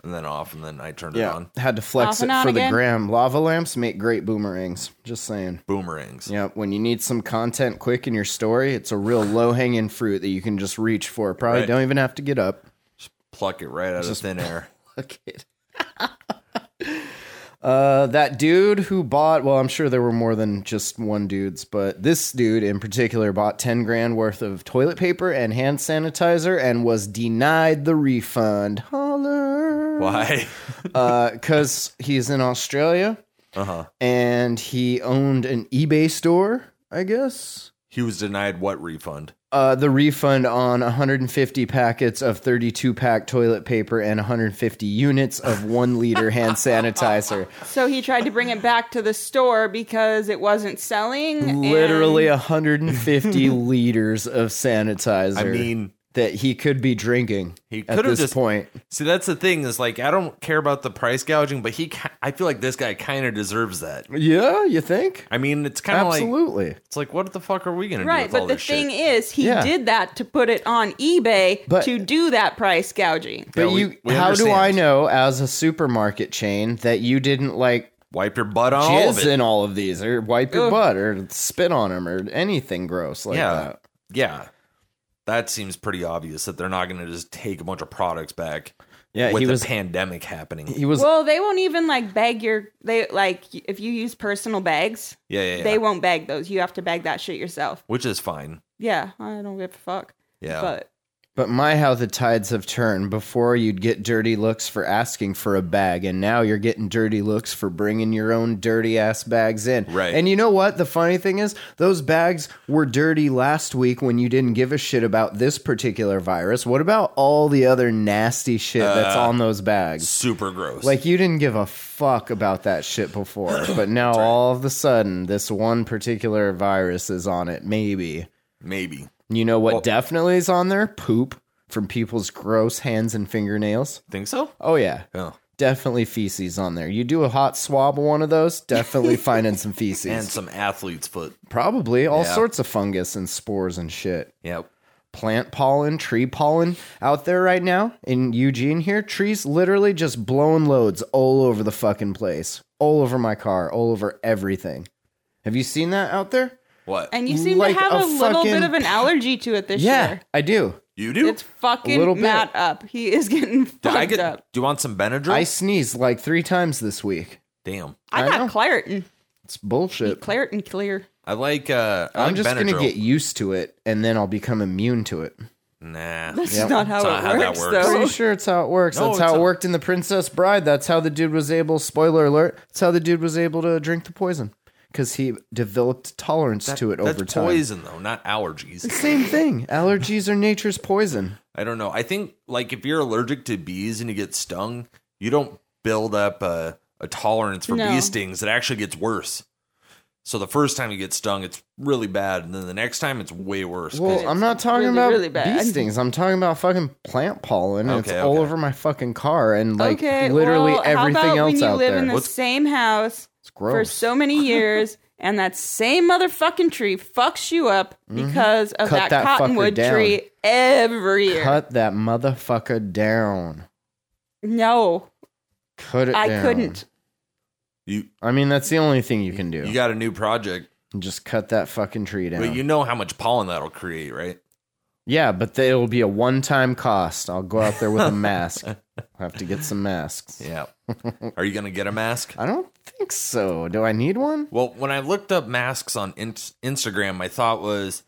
A: And then off, and then I turned it
B: Yeah,
A: on.
B: had to flex
C: Off
B: it
C: and on
B: for the
C: again.
B: gram. Lava lamps make great boomerangs. Just saying.
A: Boomerangs.
B: Yeah, when you need some content quick in your story, it's a real low hanging fruit that you can just reach for. Probably
A: Right.
B: don't even have to get up.
A: Pluck it right out of thin air.
B: Look it. Uh, that dude who bought, well, I'm sure there were more than just one dude's, but this dude in particular bought 10 grand worth of toilet paper and hand sanitizer and was denied the refund. Holler.
A: Why?
B: Because he's in Australia
A: Uh-huh.
B: and he owned an eBay store, I guess.
A: He was denied what refund?
B: uh, the refund on 150 packets of 32 pack toilet paper and 150 units of one liter hand sanitizer.
C: So he tried to bring it back to the store because it wasn't selling. and-
B: Literally 150 liters of sanitizer.
A: I mean,
B: that he could be drinking
A: He
B: at
A: could've
B: this
A: just-
B: point.
A: see, that's the thing is like, I don't care about the price gouging, but he, ki- I feel like this guy kind of deserves that.
B: Yeah, you think?
A: I mean, it's kind of like,
B: Absolutely.
A: it's like, what the fuck are we going to do
C: Right,
A: with
C: but
A: all
C: the
A: this
C: thing
A: shit?
C: is, he
B: Yeah.
C: did that to put it on eBay
B: But-
C: to do that price gouging.
B: but
A: Yeah, we-
B: you,
A: we
B: how do
A: understand.
B: I know as a supermarket chain that you didn't like
A: Wipe your butt on all of
B: jizz
A: it.
B: in all of these, or wipe your
C: Ugh.
B: butt, or spit on them, or anything gross like
A: yeah.
B: that?
A: Yeah. That seems pretty obvious that they're not going to just take a bunch of products back
B: Yeah,
A: with
B: he
A: the
B: was
A: pandemic happening.
B: he was
C: Well, they won't even like bag your they like if you use personal bags,
A: yeah, yeah, yeah.
C: they won't bag those. You have to bag that shit yourself.
A: Which is fine.
C: Yeah, I don't give a fuck.
A: Yeah.
C: But
B: But my, how the tides have turned. Before you'd get dirty looks for asking for a bag, and now you're getting dirty looks for bringing your own dirty ass bags in.
A: Right.
B: And you know what? The funny thing is, those bags were dirty last week when you didn't give a shit about this particular virus. What about all the other nasty shit that's on those bags?
A: Super gross.
B: Like you didn't give a fuck about that shit before, but now all of a sudden this one particular virus is on it. Maybe.
A: maybe.
B: You know what definitely is on there? Poop from people's gross hands and fingernails.
A: Think so?
B: Oh yeah.
A: Oh.
B: Definitely feces on there. You do a hot swab of one of those, definitely finding some
A: And
B: feces.
A: some athlete's foot.
B: Probably all
A: Yeah.
B: sorts of fungus and spores and shit.
A: Yep.
B: Plant pollen, tree pollen out there right now in Eugene here. Trees literally just blowing loads all over the fucking place. All over my car, all over everything. Have you seen that out there?
A: What?
C: and you seem
B: Like
C: to have
B: a
C: a, little
B: fucking-
C: bit of an allergy to it this
B: Yeah,
C: year.
B: I do.
A: you do?
C: It's fucking
B: little bit.
C: Matt up. He is getting fucked
A: do I get
C: up.
A: Do you want some Benadryl?
B: I sneezed like three times this week.
A: Damn.
C: I
B: I
C: got
B: know.
C: Claritin.
B: It's bullshit.
C: Claritin clear.
A: I like uh I
B: I'm
A: like
B: just
A: Benadryl.
B: gonna get used to it, and then I'll become immune to it.
A: Nah.
C: That's
B: Yep.
C: not
A: That's
C: how,
A: not how
C: it
A: that
C: works,
A: works.
C: though.
B: Pretty sure it's how it works.
A: No,
B: That's how
A: it's
B: it
A: a-
B: worked in The Princess Bride. That's how the dude was able. Spoiler alert. That's how the dude was able to drink the poison because he developed tolerance
A: That-
B: to it
A: that's
B: over time.
A: poison though, not allergies.
B: Same thing. Allergies are nature's poison.
A: I don't know. I think like if you're allergic to bees and you get stung, you don't build up a, a tolerance for
C: No.
A: bee stings. It actually gets worse. So the first time you get stung, it's really bad, and then the next time it's way worse. 'cause
B: Well, I'm not talking
C: really,
B: about
C: really
B: bee
C: bad.
B: stings. I'm talking about fucking plant pollen. and it's
A: Okay,
B: all
A: okay.
B: over my fucking car and like
C: okay,
B: literally
C: well,
B: everything
C: how about
B: else
C: when you
B: out
C: live
B: there.
C: in the
A: What's-
C: same house
B: it's
C: for
B: gross.
C: so many years and that same motherfucking tree fucks you up because of
B: Mm-hmm. Cut
C: that,
B: that fucker
C: cottonwood
B: down.
C: tree every year.
B: Cut that motherfucker down.
C: No,
B: Cut it
C: I
B: down.
C: couldn't.
A: you
B: I mean, that's the only thing you can do.
A: you got a new project,
B: Just cut that fucking tree down.
A: but you know how much pollen that'll create, right?
B: yeah, but the, it'll be a one-time cost. I'll go out there with a mask. I'll have to get some masks.
A: Yeah. Are you gonna get a mask?
B: I don't think so. Do I need one?
A: Well, when I looked up masks on in- Instagram, my thought was,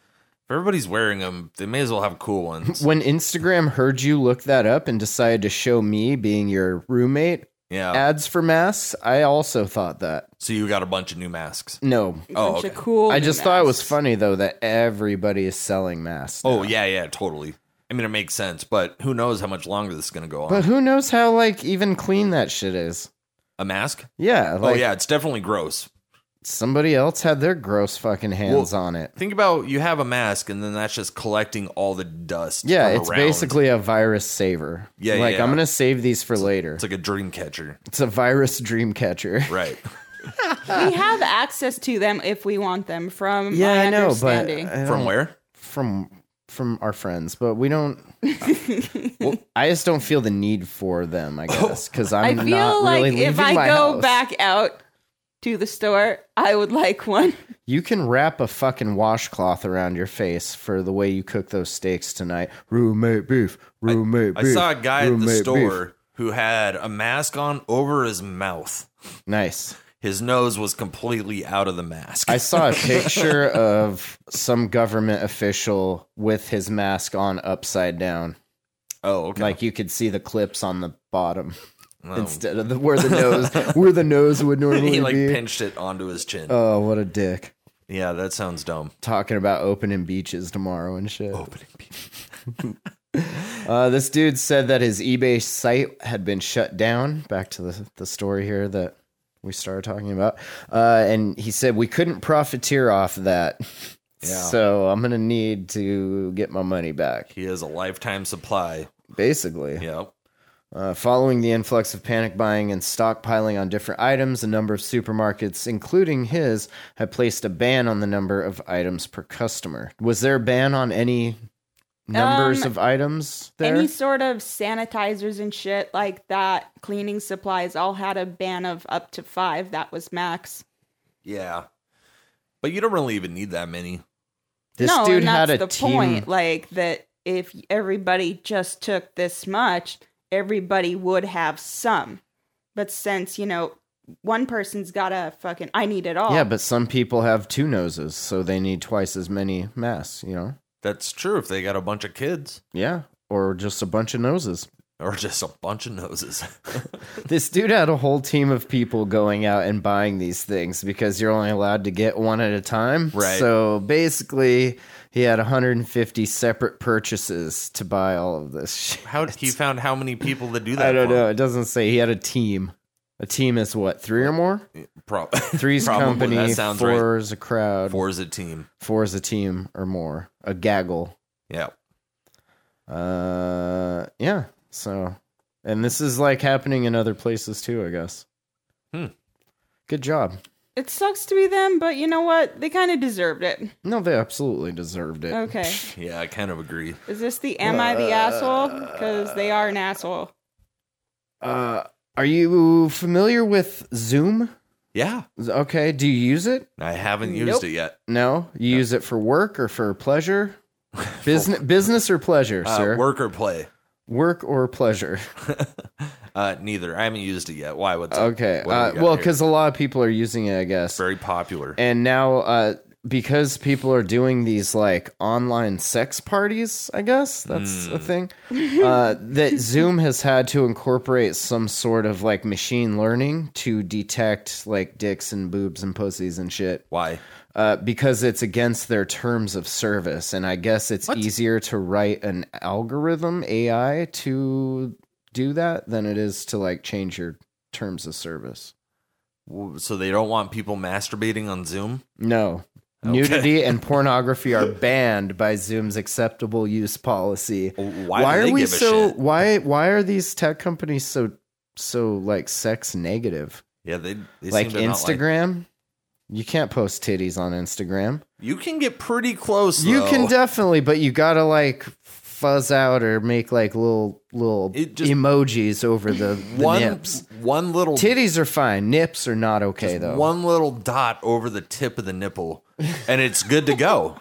A: if everybody's wearing them, they may as well have cool ones.
B: When Instagram heard you look that up and decided to show me being your roommate
A: Yeah.
B: ads for masks, I also thought that.
A: so you got a bunch of new masks.
B: No.
A: Oh,
C: Bunch of
A: okay.
C: cool
B: I
C: new
B: just thought it was
C: masks.
B: funny though that everybody is selling masks.
A: Oh yeah, yeah, totally. I mean, it makes sense, but who knows how much longer this is gonna go on?
B: But who knows how like even clean that shit is?
A: a mask?
B: Yeah, like
A: oh yeah, it's definitely gross.
B: somebody else had their gross fucking hands on it.
A: Think about you have a mask, and then that's just collecting all the dust.
B: Yeah,
A: from
B: it's
A: around.
B: basically a virus saver.
A: Yeah,
B: like
A: yeah.
B: I'm gonna save these for later.
A: it's
B: It's a,
A: like a dream catcher,
B: virus dream catcher.
A: right?
C: We have access to them if we want them from
B: yeah,
C: my
B: I know, but uh,
C: understanding.
B: I
A: From
B: don't-
A: where?
B: From from our friends, but we don't. Well, I just don't feel the need for them. I
A: Oh.
B: guess because
C: I
B: I'm
C: feel
B: not
C: like
B: really leaving
C: if I
B: my
C: go
B: house.
C: back out to the store, I would like one.
B: you can wrap a fucking washcloth around your face for the way you cook those steaks tonight. Roommate beef, roommate
A: I
B: beef.
A: saw a guy at the
B: roommate beef.
A: store who had a mask on over his mouth.
B: Nice.
A: His nose was completely out of the mask.
B: I saw a picture of some government official with his mask on upside down.
A: oh, okay.
B: Like you could see the clips on the bottom
A: Oh.
B: instead of the where the nose where the nose would normally
A: he like
B: be.
A: pinched it onto his chin.
B: oh, what a dick.
A: yeah, that sounds dumb.
B: Talking about opening beaches tomorrow and shit.
A: Oh.
B: Uh, this dude said that his eBay site had been shut down. Back to the, the story here that we started talking about. Uh, and he said, We couldn't profiteer off that.
A: Yeah.
B: So I'm going to need to get my money back.
A: He has a lifetime supply.
B: Basically,
A: Yeah.
B: uh, following the influx of panic buying and stockpiling on different items, a number of supermarkets, including his, had placed a ban on the number of items per customer. Was there a ban on any numbers
C: Um,
B: of items there?
C: Any sort of sanitizers and shit like that, cleaning supplies, all had a ban of up to five. That was max.
A: Yeah. But you don't really even need that many.
B: This
C: no,
B: dude
C: and
B: had
C: that's
B: a
C: the
B: team.
C: point. Like that, if everybody just took this much, everybody would have some. But since you know, one person's got a fucking, I need it all.
B: Yeah, but some people have two noses, so they need twice as many masks, you know?
A: That's true if they got a bunch of kids
B: Yeah. Or just a bunch of noses.
A: or just a bunch of noses.
B: this dude had a whole team of people going out and buying these things because you're only allowed to get one at a time.
A: Right.
B: So basically, he had 150 separate purchases to buy all of this shit.
A: how he found how many people that do that?
B: I don't
A: for
B: know.
A: him.
B: It doesn't say he had a team. A team is what, three or more?
A: Pro-
B: Three's
A: Probably.
B: company,
A: That sounds right.
B: four is a crowd, four.
A: Four is a team.
B: is a team or more, a gaggle.
A: Yeah.
B: Uh, yeah. So, and this is like happening in other places too, I guess.
A: Hmm.
B: Good job.
C: it sucks to be them, but you know what? They kind of deserved it.
B: No, they absolutely deserved it.
C: Okay,
A: Yeah, I kind of agree.
C: is this the am I the asshole? Because they are an asshole.
B: Uh, are you familiar with Zoom?
A: Yeah.
B: Okay. Do you use it?
A: I
B: Mm,
A: haven't used
C: Nope.
A: it yet.
B: No. You use it for work or for pleasure? business, business or pleasure,
A: Uh,
B: sir?
A: Work or play?
B: Work or pleasure?
A: Uh, neither. I haven't used it yet. Why? What's up?
B: Okay.
A: What do
B: Uh,
A: we got
B: well,
A: here?
B: because a lot of people are using it, I guess.
A: very popular.
B: and now uh because people are doing these like online sex parties i guess that's a thing uh, that zoom has had to incorporate some sort of like machine learning to detect like dicks and boobs and pussies and shit
A: Why?
B: uh, because it's against their terms of service and i guess it's easier to write an algorithm ai to do that than it is to like change your terms of service
A: W- So they don't want people masturbating on Zoom?
B: No. Nudity and pornography are banned by Zoom's acceptable use policy.
A: Why, do they
B: are we
A: give a
B: so
A: shit?
B: why why are these tech companies so so like sex negative?
A: Yeah, they, they
B: like
A: seem to not like-
B: Instagram? you can't post titties on Instagram.
A: You can get pretty close.
B: You
A: though.
B: can definitely, but you gotta like fuzz out or make like little little
A: It just-
B: emojis over the, the
A: one
B: nips.
A: one little
B: Titties are fine. Nips are not okay though.
A: one little dot over the tip of the nipple, and it's good to go.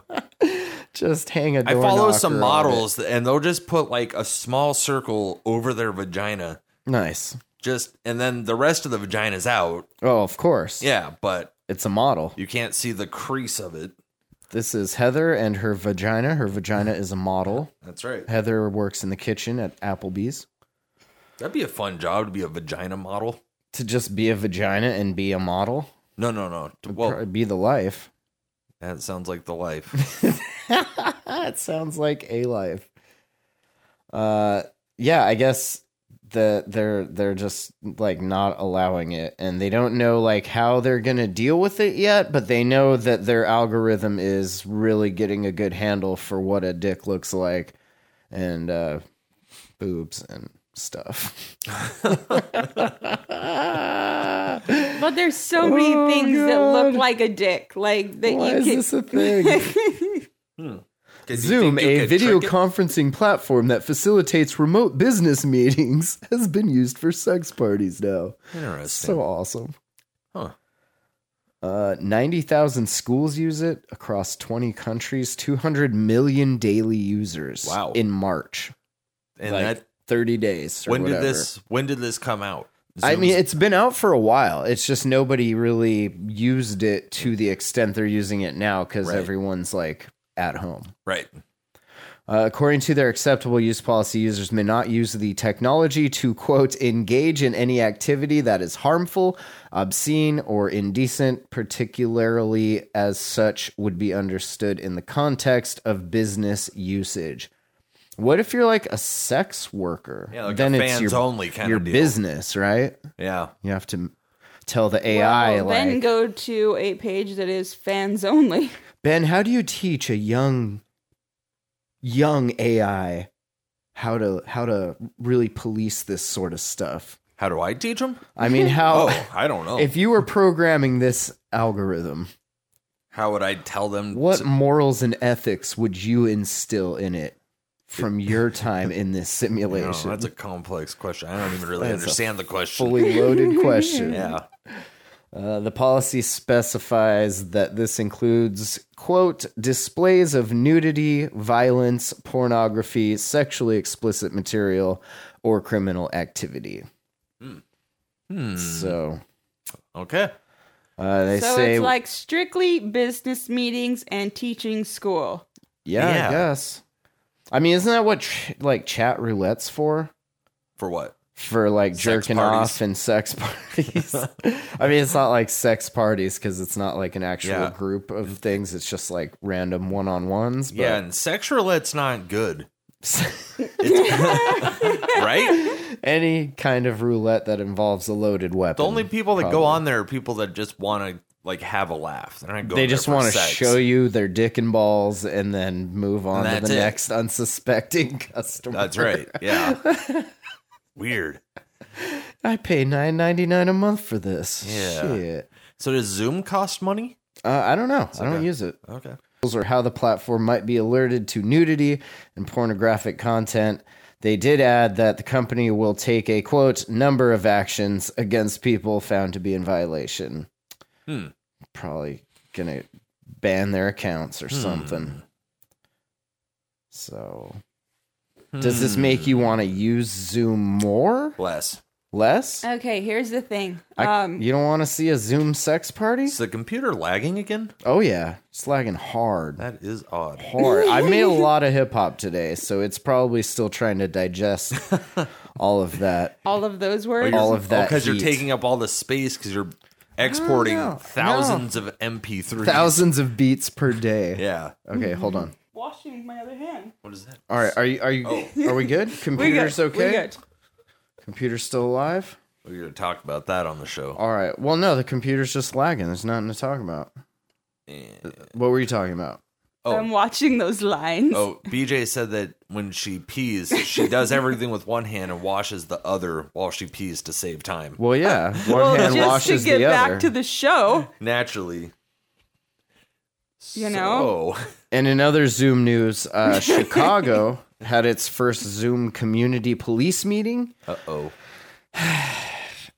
B: Just hang a
A: I
B: door.
A: follow some
B: knocker on it.
A: models, and they'll just put like a small circle over their vagina,
B: Nice.
A: just and then the rest of the vagina's out.
B: Oh, of course.
A: Yeah, but
B: It's a model.
A: you can't see the crease of it.
B: This is Heather and her vagina. Her vagina is a model.
A: That's right.
B: Heather works in the kitchen at Applebee's.
A: That'd be a fun job to be a vagina model.
B: To just be a vagina and be a model,
A: No, no, no.
B: Probably
A: Well,
B: be the life.
A: that sounds like the life.
B: That sounds like a life. Uh, yeah, I guess the they're they're just like not allowing it, and they don't know like how they're gonna deal with it yet. But they know that their algorithm is really getting a good handle for what a dick looks like, and uh, boobs and stuff.
C: But there's so many
B: Oh,
C: things that
B: God.
C: look like a dick, like that
B: Why
C: you
B: is
C: can.
B: this a thing?
A: 'Cause you
B: Zoom,
A: think you
B: a
A: could
B: video
A: trick it?
B: conferencing platform that facilitates remote business meetings, has been used for sex parties now.
A: Interesting.
B: So awesome.
A: Huh.
B: Uh, 90,000 schools use it across 20 countries, 200 million daily users
A: Wow.
B: in March.
A: and
B: like
A: that
B: 30 days. or
A: when did
B: whatever.
A: this when did this come out?
B: I mean,
A: Zoom's-
B: it's been out for a while. It's just nobody really used it to the extent they're using it now because
A: Right.
B: everyone's like at home.
A: right.
B: Uh, according to their acceptable use policy, users may not use the technology to, quote, engage in any activity that is harmful, obscene, or indecent, particularly as such would be understood in the context of business usage. What if you're like a sex worker?
A: Yeah, like
B: then
A: a
B: it's
A: fans
B: your,
A: only kind
B: your
A: of deal.
B: business, right?
A: Yeah.
B: You have to m- tell the AI,
C: Well,
B: like,
C: then go to a page that is fans only.
B: Ben, how do you teach a young young AI how to how to really police this sort of stuff?
A: How do I teach them?
B: I mean, how
A: Oh, I don't know.
B: if you were programming this algorithm,
A: How would I tell them?
B: what
A: to-
B: morals and ethics would you instill in it from your time in this
A: I don't know,
B: simulation?
A: that's a complex question. I don't even really
B: That's a
A: understand the question.
B: fully loaded question.
A: yeah.
B: Uh, the policy specifies that this includes, quote, displays of nudity, violence, pornography, sexually explicit material, or criminal activity.
A: Hmm.
B: So
A: Okay.
B: uh, they
C: so
B: say,
C: it's like strictly business meetings and teaching school.
B: yeah,
A: Yeah.
B: I guess. I mean, isn't that what tr- like chat roulette's for?
A: For what?
B: For like
A: Sex
B: jerking
A: parties.
B: off and sex parties. I mean, it's not like sex parties because it's not like an actual
A: Yeah.
B: group of things. It's just like random one on ones.
A: Yeah, and sex roulette's not good, right?
B: any kind of roulette that involves a loaded weapon.
A: The only people that go
B: probably.
A: on there are people that just want to like have a laugh. They're not going.
B: they just
A: want to
B: show you their dick and balls and then move on to
A: that's
B: the
A: it.
B: next unsuspecting customer.
A: That's right. Yeah. Weird.
B: I pay nine ninety nine a month for this.
A: Yeah.
B: Shit.
A: So does Zoom cost money?
B: Uh, I don't know. I don't
A: okay.
B: use it.
A: Okay.
B: Rules Or how the platform might be alerted to nudity and pornographic content. They did add that the company will take a quote number of actions against people found to be in violation.
A: Hmm.
B: Probably gonna ban their accounts or something. So, does this make you want to use Zoom more,
A: Bless.
B: less?
C: Okay, here's the thing.
B: I-
C: Uh, um,
B: you don't want to see a Zoom sex party?
A: Is the computer lagging again?
B: Oh yeah, it's lagging hard.
A: That is odd.
B: hard. I made a lot of hip hop today, so it's probably still trying to digest all of that.
C: all of those words.
B: All of that
A: because you're
B: heat. Oh,
A: taking up all the space because you're exporting
B: No, no.
A: thousands of MP3s.
B: thousands of beats per day.
A: Yeah.
B: Okay, hold on.
C: Washing my other hand.
A: What is that?
B: All right, are you are you
C: Oh.
B: are we good? Computer's okay. Computer's still alive.
A: We're gonna talk about that on the show.
B: All right. Well, no, the computer's just lagging. There's nothing to talk about. What were you talking about?
A: Oh.
C: I'm watching those lines.
A: Oh, BJ said that when she pees, she does everything with one hand and washes the other while she pees to save time.
B: Well, yeah, one
C: Uh, well,
B: hand
C: just
B: washes
C: to get
B: the
C: back
B: other.
C: to the show,
A: Naturally.
C: You know?
A: So-
B: And in other Zoom news, uh, Chicago had its first Zoom community police meeting.
A: Uh-oh.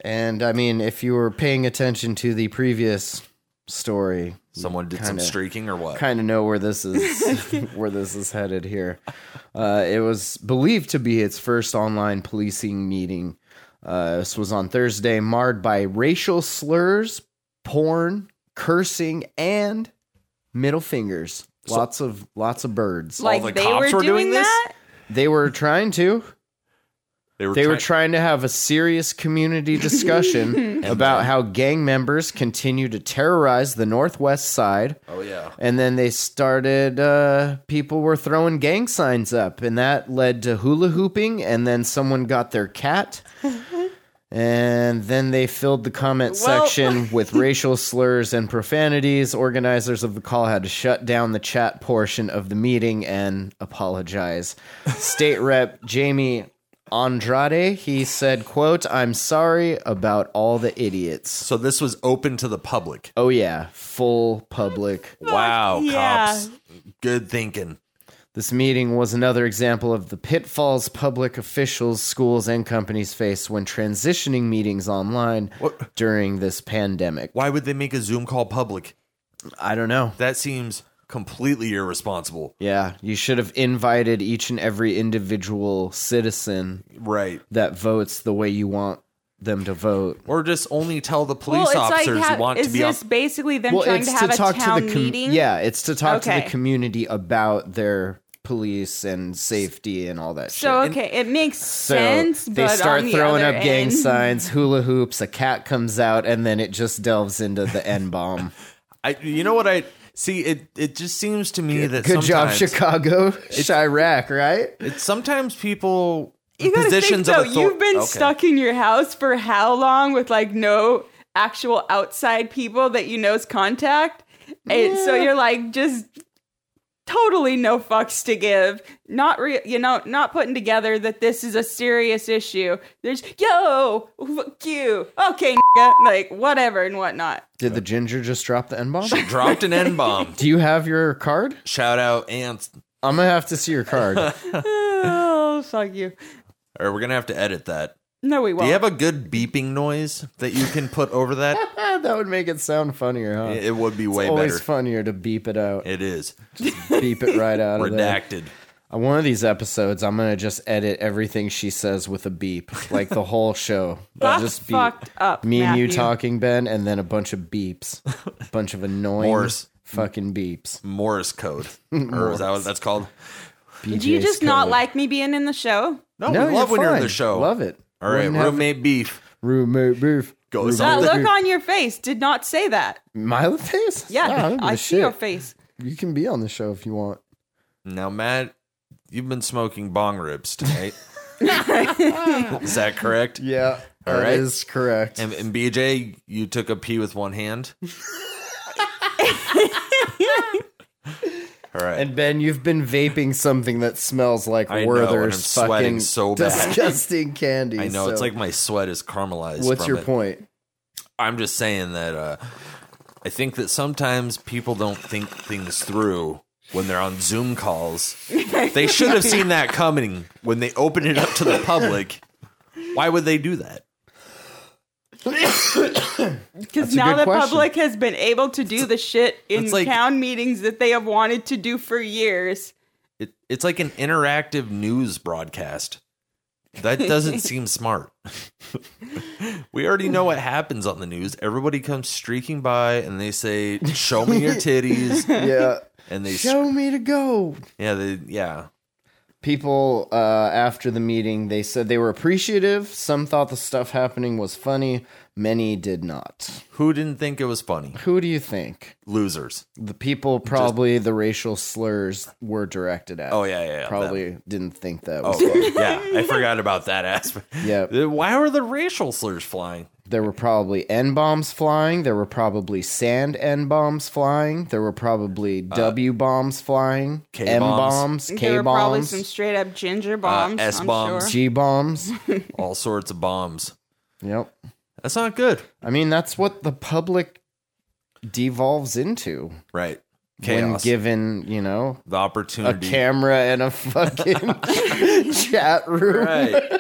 B: And I mean, if you were paying attention to the previous story,
A: Someone did some
B: Kinda-
A: streaking or what?
B: kind of know where this is where this is headed here. Uh, it was believed to be its first online policing meeting. Uh, this was on Thursday, marred by racial slurs, porn, cursing, and middle fingers. Lots of lots of birds.
C: like
A: the
C: they
A: cops
C: were
A: were doing
C: doing
A: this?
C: that.
B: They were trying to.
A: were,
B: They were
A: try-
B: trying to have a serious community discussion about how gang members continue to terrorize the Northwest Side.
A: Oh yeah.
B: And then they started, uh, people were throwing gang signs up, and that led to hula hooping. And then someone got their cat. And then they filled the comment
C: Well-
B: section with racial slurs and profanities. Organizers of the call had to shut down the chat portion of the meeting and apologize. State Rep Jamie Andrade, he said, quote, I'm sorry about all the idiots.
A: So this was open to the public.
B: Oh yeah, full public.
A: Wow,
C: yeah.
A: cops. Good thinking.
B: This meeting was another example of the pitfalls public officials, schools, and companies face when transitioning meetings online
A: What-
B: during this pandemic.
A: Why would they make a Zoom call public?
B: I don't know.
A: That seems completely irresponsible.
B: Yeah, you should have invited each and every individual citizen
A: Right.
B: that votes the way you want them to vote.
A: or just only tell the police officers
C: ha-
A: you want
C: is
A: to be
C: this
A: on.
C: basically them trying to have a town
B: the
C: meeting?
B: yeah, it's to talk to
C: Okay.
B: the community about their police and safety and all that
C: So
B: shit.
C: okay, it makes
B: So
C: sense.
B: they
C: but
B: start
C: on the
B: throwing
C: other
B: up gang
C: end-
B: signs, hula hoops, a cat comes out, and then it just delves into the N bomb.
A: I, you know what I see? It it just seems to me that
B: Good job,
A: sometimes-
B: Chicago, Chirac, right?
A: It's sometimes people
C: You gotta
A: positions
C: think,
A: of
C: though,
A: author-
C: You've been
A: Okay.
C: stuck in your house for how long with like no actual outside people that you know's contact, and so you're like just totally no fucks to give. Not re- you know, not putting together that this is a serious issue. There's yo, fuck you, okay, nigga," like whatever and whatnot.
B: Did the ginger just drop the N bomb?
A: dropped an N bomb.
B: Do you have your card?
A: Shout out ants.
B: I'm gonna have to see your card. Eh,
C: oh, fuck you.
A: Or we're gonna have to edit that.
C: No, we
A: Do
C: won't.
A: you have a good beeping noise that you can put over that?
B: Ah, that would make it sound funnier, huh?
A: It it would be way
B: Always
A: better.
B: funnier to beep it out,
A: It is
B: beep it right out of there.
A: redacted.
B: On Uh, one of these episodes, I'm gonna just edit everything she says with a beep, like the whole show. I'll
C: That's
B: just beep.
C: fucked up.
B: Me and you
C: Matthew.
B: talking, Ben, and then a bunch of beeps, a bunch of annoying
A: Morse.
B: fucking beeps.
A: Morse code, or is that what that's called?
C: Do you
B: BJ's
C: just not
B: killer.
C: like me being in the show?
A: No,
B: No,
A: we love when you're in the
B: fine.
A: show.
B: Love it.
A: All right,
B: Wouldn't have-
A: roommate beef.
B: roommate beef
A: Goes
C: That
A: on.
B: Roommate
C: look
B: beef.
C: on your face did not say that.
B: My face?
C: Yeah,
B: Nah, I, don't give
C: I
B: a
C: see your
B: shit.
C: face.
B: You can be on the show if you want.
A: Now, Matt, you've been smoking bong ribs tonight. is that correct?
B: Yeah,
A: All
B: that
A: right.
B: is correct.
A: And, and BJ, you took a pee with one hand. All right.
B: And Ben, you've been vaping something that smells like
A: I know, and I'm
B: Werther's
A: sweating
B: fucking
A: so bad.
B: disgusting candy.
A: I know it's
B: so-
A: like my sweat is caramelized.
B: What's
A: from
B: your
A: it.
B: point?
A: I'm just saying that uh, I think that sometimes people don't think things through when they're on Zoom calls. They should have seen that coming when they opened it up to the public. Why would they do that?
C: Because
B: a
C: now
B: good
C: the
B: question.
C: public has been able to do the shit in
A: It's like-
C: town meetings that they have wanted to do for years.
A: It, it's like an interactive news broadcast. That doesn't seem smart. we already know what happens on the news. Everybody comes streaking by and they say, "Show me your titties,"
B: Yeah.
A: and they,
B: Show me to go.
A: yeah, they, yeah.
B: People uh, after the meeting, they said they were appreciative. Some thought the stuff happening was funny. Many did not.
A: Who didn't think it was funny?
B: Who do you think?
A: Losers.
B: The people probably the racial slurs were directed at.
A: Oh yeah, yeah, yeah.
B: probably didn't think that
A: Oh
B: was.
A: yeah, I forgot about that aspect.
B: Yeah.
A: Uh, Why were the racial slurs flying?
B: There were probably N bombs flying. There were probably sand N bombs flying. There were probably W bombs flying.
A: K
B: M
A: bombs.
B: Uh, bombs,
C: there
B: K
C: were probably some
B: bombs,
C: straight up
B: Uh,
C: ginger bombs. I'm
A: S-bombs.
C: Sure.
B: G bombs.
A: All sorts of bombs.
B: Yep.
A: That's not good.
B: I mean, that's what the public devolves into
A: Right.
B: when
A: Chaos.
B: given, you know,
A: the
B: a
A: opportunity.
B: camera and a fucking chat room.
A: Right.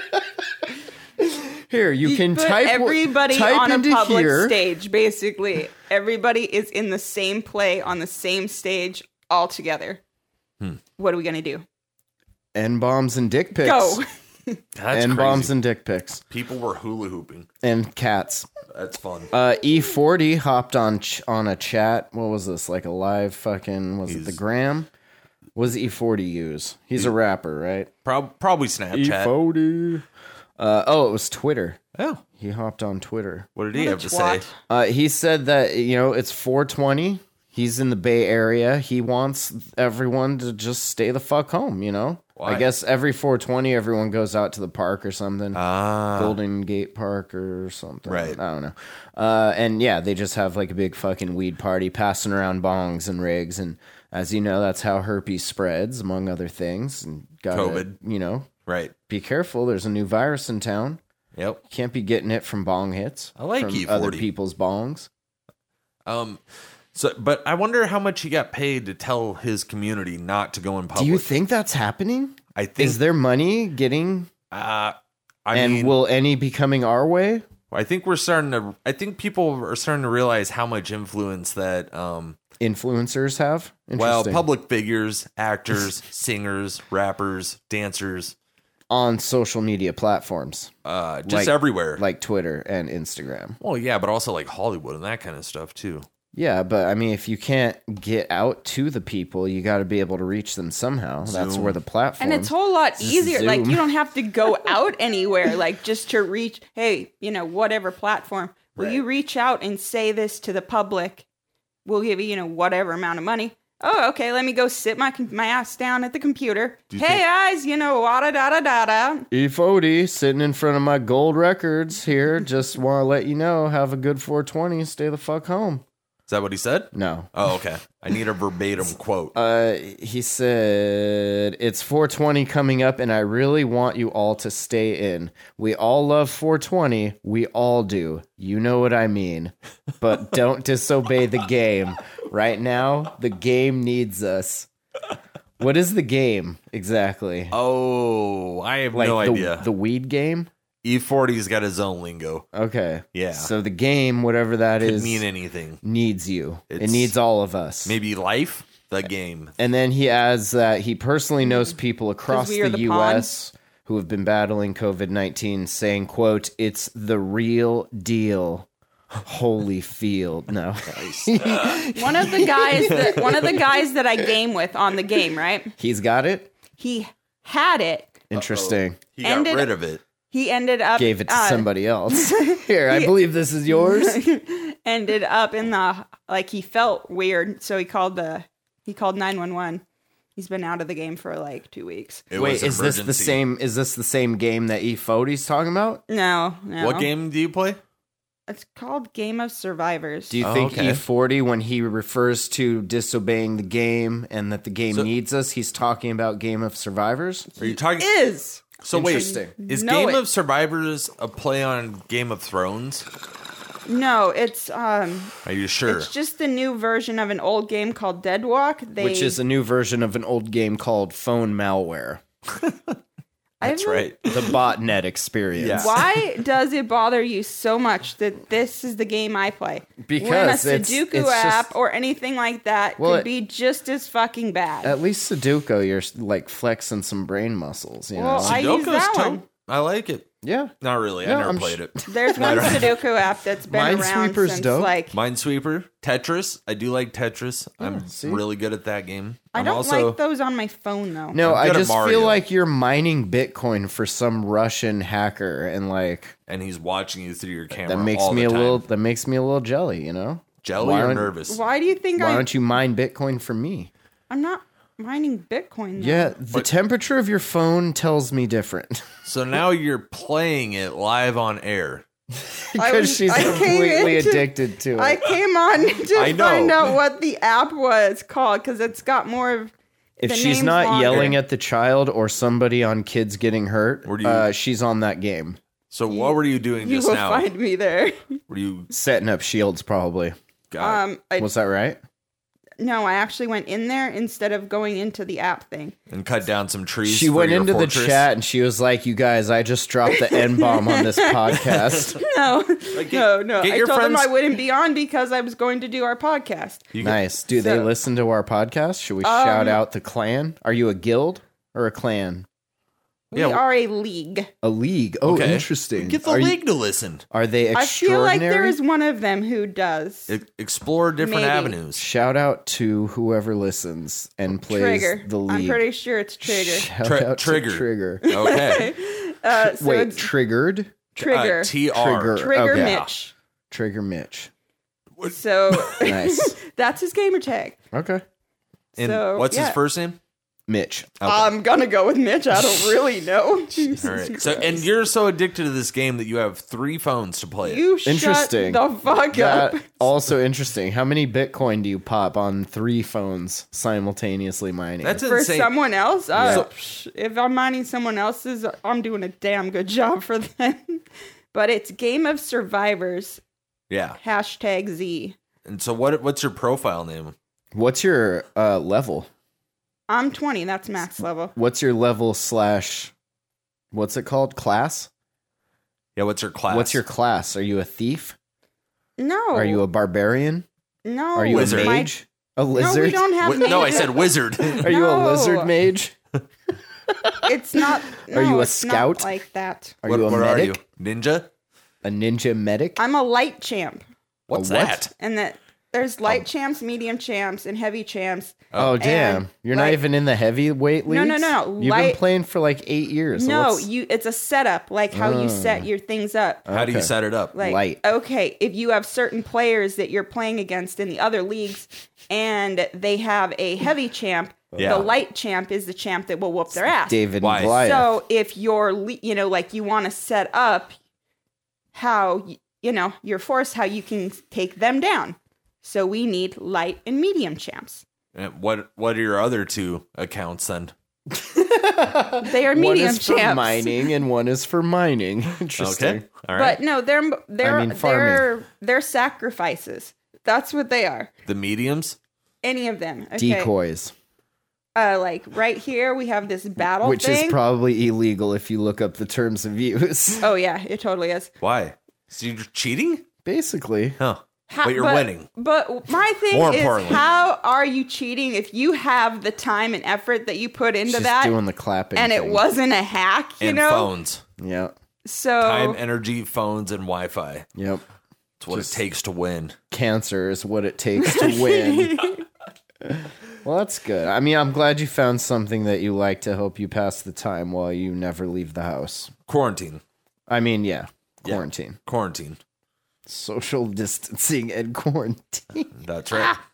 B: Here, you can
C: Put
B: type wh-
C: everybody
B: type
C: on a
B: into
C: public
B: here.
C: stage, basically. Everybody is in the same play on the same stage all together.
B: Hmm.
C: What are we gonna do?
B: N bombs and dick pics.
C: Go.
A: That's
B: N bombs
A: crazy.
B: and dick pics
A: People were hula hooping.
B: and cats.
A: That's fun.
B: Uh, E40 hopped on ch- on a chat. What was this? Like a live fucking was it the
A: He's-
B: gram? What does E40 use? He's a rapper, right?
A: Prob- probably Snapchat.
B: E40. Uh, oh, it was Twitter.
A: Oh,
B: He hopped on Twitter.
A: what did he
C: What a
A: have to
C: twat.
A: say?
B: Uh, he said that you know it's 420. He's in the Bay Area. He wants everyone to just stay the fuck home. You know.
A: Why?
B: I guess every 420, everyone goes out to the park or something.
A: Ah,
B: Golden Gate Park or something.
A: Right.
B: I don't know. Uh, and yeah, they just have like a big fucking weed party passing around bongs and rigs. And as you know, that's how herpes spreads, among other things. And gotta,
A: COVID.
B: you know,
A: right.
B: be careful. There's a new virus in town.
A: Yep.
B: Can't be getting it from bong hits.
A: I like E E40.
B: from Other people's bongs.
A: Um. So, but I wonder how much he got paid to tell his community not to go in public.
B: Do you think that's happening?
A: I think.
B: Is there money getting
A: uh, I
B: and
A: mean,
B: will any be coming our way?
A: I think we're starting to. I think people are starting to realize how much influence that, um,
B: Influencers have?
A: well,
B: Interesting.
A: public figures, actors, singers, rappers, dancers,
B: on social media platforms
A: uh, just
B: Like-
A: everywhere.
B: like Twitter and Instagram.
A: well, yeah, but also like Hollywood and that kind of stuff too.
B: Yeah, but I mean, if you can't get out to the people, you got to be able to reach them somehow. That's where the platform.
C: And it's a whole lot easier. Like
B: Zoom.
C: you don't have to go out anywhere. Like just to reach, hey, you know, whatever platform. Will you reach out and say this to the public? We'll give you, you know, whatever amount of money. Oh, okay. Let me go sit my my ass down at the computer. Hey, guys, you know, da da da da da.
B: E Efodi sitting in front of my gold records here. Just want to let you know. Have a good 420. Stay the fuck home.
A: Is that what he said?
B: No.
A: Oh, okay. I need a verbatim quote.
B: Uh, he said, It's 420 coming up, and I really want you all to stay in. We all love 420. We all do. You know what I mean. But don't disobey the game. Right now, the game needs us. What is the game exactly?
A: oh, I have Uh, no
B: the,
A: idea.
B: the weed game?
A: E40's got his own lingo.
B: Okay.
A: Yeah.
B: So the game, whatever that
A: Could
B: is,
A: mean anything.
B: needs you. It
A: It's-
B: needs all of us.
A: Maybe life, the game.
B: And then he adds that he personally knows people across
C: Mm. 'Cause we are
B: the,
C: the
B: U.S. who have been battling COVID-19, saying, quote, it's the real deal. Holy field. No.
C: One of the guys that one of the guys that I game with on the game, right?
B: He's got it?
C: He had it.
B: Interesting.
A: He
C: Ended-
A: got rid of it.
C: He ended up
B: Gave it to
C: uh,
B: somebody else. Here, I believe this is yours.
C: ended up in the like he felt weird, so he called the he called nine one one. He's been out of the game for like two weeks.
A: It
B: Wait,
A: was
B: is this the
A: emergency.
B: same is this the same game that E Fody's talking about?
C: No, no.
A: What game do you play?
C: It's called Game of Survivors.
B: Do you
A: Oh,
B: think
A: okay.
B: E40, when he refers to disobeying the game and that the game
A: So-
B: needs us, he's talking about Game of Survivors?
A: Are you talking?
C: is
A: so wait,
B: Interesting.
A: is
C: No,
A: Game
C: it-
A: of Survivors a play on Game of Thrones?
C: no, it's um,
A: Are you sure?
C: it's just a new version of an old game called Dead Walk. They,
B: Which is a new version of an old game called Phone Malware,
C: I
A: That's
C: haven't-
A: right.
B: the botnet experience.
A: Yeah.
C: Why does it bother you so much that this is the game I play? when a
B: Because it's-
C: Sudoku
B: it's just-
C: app or anything like that
B: Well,
C: could
B: it-
C: be just as fucking bad.
B: At least Sudoku, you're like flexing some brain muscles, you
C: Well,
B: know?
C: I- use that one.
A: I like it.
B: yeah.
A: Not really.
B: No,
A: I never
B: I'm
A: played it.
B: sh-
C: There's one Sudoku app that's been around
B: Minesweeper's
C: since
B: dope.
C: like
A: Minesweeper, Tetris. I do like Tetris. I'm
B: see?
A: really good at that game.
C: I
A: I'm
C: don't
A: also
C: like those on my phone though.
B: No,
A: I'm
B: I
A: good at
B: just feel
A: Mario.
B: like you're mining Bitcoin for some Russian hacker, and like
A: and he's watching you through your camera.
B: that makes
A: all
B: me
A: the
B: a
A: time.
B: little that makes me a little jelly, you know?
A: jelly
B: Why
A: or
B: don't-
A: nervous.
C: Why do you think
B: Why
C: I,
B: don't you mine Bitcoin for me?
C: I'm not mining Bitcoin? Though.
B: Yeah, the temperature of your phone tells me different.
A: So now you're playing it live on air.
C: I
B: because
C: was-
B: she's
C: I came
B: completely
C: into-
B: addicted to it.
C: I came on
A: I
C: to
A: know.
C: find out what the app was called because it's got more of.
B: if
C: the
B: she's
C: name's
B: not
C: longer.
B: yelling at the child or somebody on kids getting hurt,
A: Where do you-
B: uh, she's on that game.
A: So what were you doing
C: you
A: just
C: will
A: now?
C: find me there.
A: Were you
B: Setting up shields, probably.
A: God,
C: Um, I,
B: Was that right?
C: no, I actually went in there instead of going into the app thing.
A: and cut down some trees?
B: She
A: for
B: went
A: your
B: into the
A: fortress?
B: chat and she was like, You guys, I just dropped the N bomb on this podcast.
C: No, no, no.
A: get
C: I
A: your
C: told them I
A: friends-
C: wouldn't be on because I was going to do our podcast.
A: You could-
B: nice. Do they
C: So- Um,
B: listen to our podcast? Should we shout out the clan? Are you a guild or a clan?
A: Yeah,
C: we
A: well-
C: are a league.
B: A league. Oh,
A: Okay.
B: interesting.
A: Get the
B: are, you-
A: league to listen.
B: are they
C: I feel
B: extraordinary?
C: like there is one of them who does.
A: E- Explore different
C: Maybe.
A: avenues.
B: Shout out to whoever listens and plays
C: Trigger.
B: the league.
C: I'm pretty sure it's Trigger.
B: Shout
A: Tri-
B: out to
A: Trigger.
B: Trigger.
A: Okay.
C: Uh, so
B: Wait,
C: it's
B: triggered?
C: Trigger.
A: Uh, TR.
B: Trigger.
C: Trigger
B: okay.
C: Mitch.
B: Trigger Mitch.
C: So
B: Nice.
C: that's his gamer tag.
B: okay.
A: And
C: So,
A: what's
C: yeah.
A: his first name?
B: Mitch.
C: I'm gonna go with Mitch. I don't really know. Jesus
A: All right. So,
C: Christ.
A: and you're so addicted to this game that you have three phones to play it.
C: you shut
B: Interesting.
C: the fuck
B: That-
C: up.
B: also interesting. How many Bitcoin do you pop on three phones simultaneously mining?
A: That's
C: For
A: insane.
C: someone else, uh,
A: So-
C: psh, if I'm mining someone else's, I'm doing a damn good job for them. But it's Game of Survivors
A: yeah.
C: hashtag Z.
A: And so, what? What's your profile name?
B: What's your uh, level?
C: I'm 20. That's max level.
B: What's your level slash? What's it called? Class?
A: Yeah. What's your class?
B: What's your class? Are you a thief?
C: No.
B: Are you a barbarian?
C: no?
B: Are you
A: Wizard.
B: a
C: My-
B: mage? A
C: Oh. No, we
B: lizard?
C: don't have.
A: Wi- no, I
C: mages.
A: said wizard.
B: Are you a
C: No.
B: lizard mage?
C: It's not.
B: Are you
C: no,
B: a
C: it's not
B: scout?
C: like that?
B: Are
A: what
B: you a
A: what are you?
B: medic?
A: Ninja?
B: A ninja medic?
C: I'm a light champ,
A: What's
B: what?
A: that?
C: and that there's light champs, medium champs, and heavy champs.
B: oh damn! You're not
C: like-
B: even in the heavyweight leagues.
C: No, no, no, no.
B: You've been
C: Light-
B: playing for like eight years. so
C: no,
B: what's-
C: you. It's a setup, like how you set your things up.
A: How do you
B: Okay.
A: set it up?
C: like
B: Light.
C: okay if you have certain players that you're playing against in the other leagues and they have a heavy champ
A: Yeah.
C: the light champ is the champ that will whoop their ass
B: David
A: Why?
B: and Goliath.
C: so if you're le- you know like you want to set up how y- you know your force how you can take them down so we need light and medium champs
A: And what What are your other two accounts then?
C: they are
B: one
C: medium
B: is for
C: champs
B: mining and one is for mining. Interesting.
A: Okay, all right.
C: but no they're they're
B: mean, farming.
C: they're they're sacrifices that's what they are
A: the mediums.
C: any of them okay?
B: Decoys,
C: uh, like right here we have this battle
B: which
C: thing.
B: is probably illegal if you look up the terms of use.
C: oh yeah, it totally is.
A: Why? So you're cheating?
B: Basically,
A: Huh?
C: How-
A: but you're winning.
C: But my thing
A: More
C: is,
A: importantly.
C: how are you cheating if you have the time and effort that you put into
B: she's
C: that,
B: doing the clapping,
C: and it
B: thing.
C: wasn't a hack, you
A: and
C: know? oh.
A: phones,
B: Yeah.
C: So
A: time, energy, phones, and Wi-Fi.
B: Yep.
A: It's what it takes to win.
B: Cancer is what it takes to win. well, that's good. I mean, I'm glad you found something that you like to help you pass the time while you never leave the house.
A: Quarantine,
B: I mean, yeah,
A: Yeah.
B: quarantine,
A: quarantine.
B: social distancing, and quarantine.
A: That's right.
C: Ah.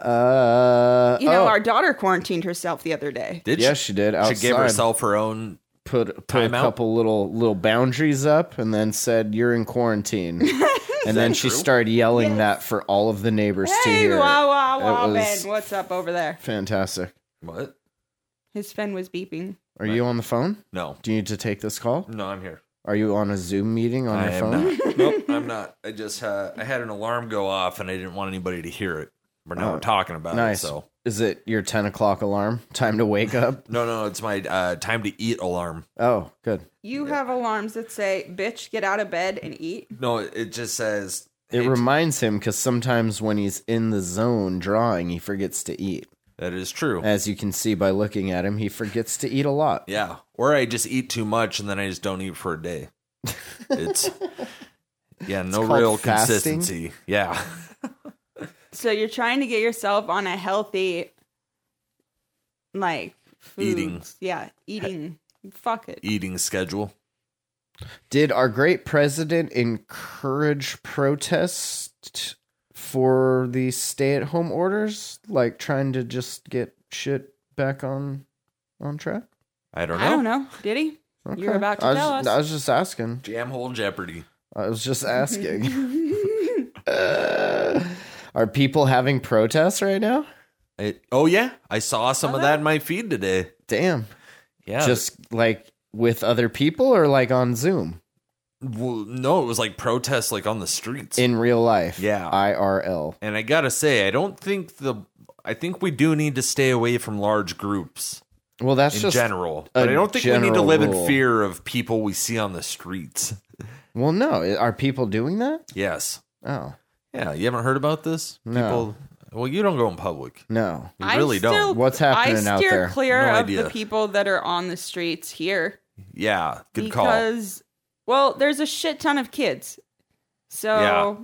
B: Uh,
C: you know,
B: oh,
C: our daughter quarantined herself the other day.
A: Did
B: yeah,
A: she?
B: she did.
A: She
B: Outside,
A: gave herself her own.
B: put put a
A: timeout?
B: couple little little boundaries up, and then said, "You're in quarantine." and then she started yelling that for all of the neighbors to
C: Hey,
B: hear.
C: wow, wow,
B: It
C: wow,
B: was-
C: Ben, what's up over there?
B: Fantastic.
A: What?
C: His fin was beeping.
B: Are you on the phone?
A: No,
B: Do you need to take this call?
A: no, I'm here.
B: Are you on a Zoom meeting on
A: I
B: your
A: am
B: phone?
A: not. nope, I'm not. I just uh, I had an alarm go off, and I didn't want anybody to hear it. But now
B: Oh,
A: we're talking about
B: Nice.
A: it. Uh, So
B: Is it your 10 o'clock alarm? Time to wake up?
A: no, no, it's my uh, time to eat alarm.
B: Oh, good.
C: You have alarms that say, "Bitch, get out of bed and eat."
A: No, it it just says
B: It
A: hey,
B: reminds him because sometimes when he's in the zone drawing, he forgets to eat.
A: that is true.
B: As you can see by looking at him, he forgets to eat a lot.
A: Yeah, or I just eat too much and then I just don't eat for a day. It's yeah, no
B: called
A: real
B: fasting?
A: consistency. Yeah,
C: So you're trying to get yourself on a healthy, like foods.
A: Eating.
C: Yeah, eating. Fuck it.
A: eating schedule.
B: Did our great president encourage protest for the stay at home orders? Like trying to just get shit back on on track?
A: I don't know.
C: I don't know. Did he? You're
B: Okay.
C: about to
B: I was,
C: tell us.
B: I was just asking.
A: Jam hole Jeopardy.
B: I was just asking. Uh, are people having protests right now?
A: I- oh yeah, I saw some of that in my feed today.
B: Damn.
A: Yeah,
B: Just like with other people or like on Zoom
A: well, no, it was like protests like on the streets.
B: in real life?
A: Yeah.
B: IRL.
A: and I gotta say, I don't think the. I think we do need to stay away from large groups
B: Well, that's
A: in
B: just
A: general.
B: a
A: But I don't think we need to
B: general
A: live
B: rule.
A: in fear of people we see on the streets.
B: Well, no. Are people doing that?
A: Yes.
B: Oh,
A: Yeah, you haven't heard about this?
B: No.
A: People well, you don't go in public.
B: no.
A: You really
C: I still,
A: don't.
B: What's happening
C: I
B: out
C: steer
B: there?
C: clear
A: No
C: of
A: idea.
C: the people that are on the streets here
A: Yeah, good call.
C: because, well, there's a shit ton of kids. So
A: Yeah.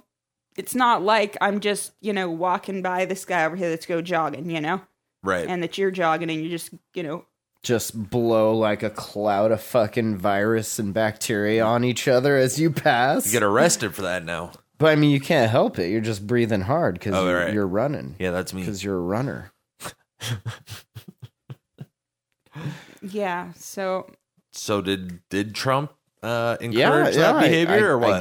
C: it's not like I'm just you know walking by this guy over here. Let's go jogging, you know,
A: Right.
C: and that you're jogging and you just you know
B: Just blow like a cloud of fucking virus and bacteria on each other as you pass.
A: you get arrested for that now.
B: but I mean, you can't help it. You're just breathing hard because
A: Oh,
B: you're,
A: right.
B: you're running.
A: Yeah, that's me.
B: Because you're a runner.
C: yeah. So
A: So did did Trump uh encourage
B: yeah,
A: that
B: I-
A: behavior
B: I-
A: or what?
B: I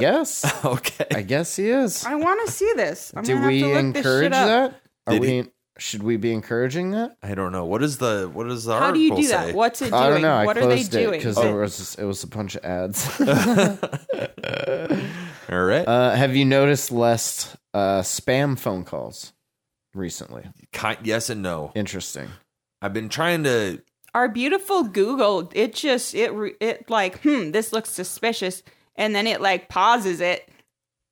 B: guess.
A: Okay.
B: I guess he is.
C: I want to see this. I'm
B: Do
C: gonna
B: we
C: have to look this
B: encourage
C: shit up.
B: that? Are
A: Did
B: we?
A: he-
B: Should we be encouraging that?
A: I don't know. What is the what is the
C: How do
A: article Oh.
C: you do
A: say?
C: that? What's it doing?
B: I don't know.
C: What
B: I
C: are they
B: closed it
C: doing? Oh.
B: because
C: Is
B: there
C: it-
B: was it was a bunch of ads.
A: All right.
B: uh, have you noticed less uh, spam phone calls recently?
A: Ki- yes and no.
B: Interesting.
A: I've been trying to
C: our beautiful Google, it just it re- it like hmm, this looks suspicious, and then it like pauses it,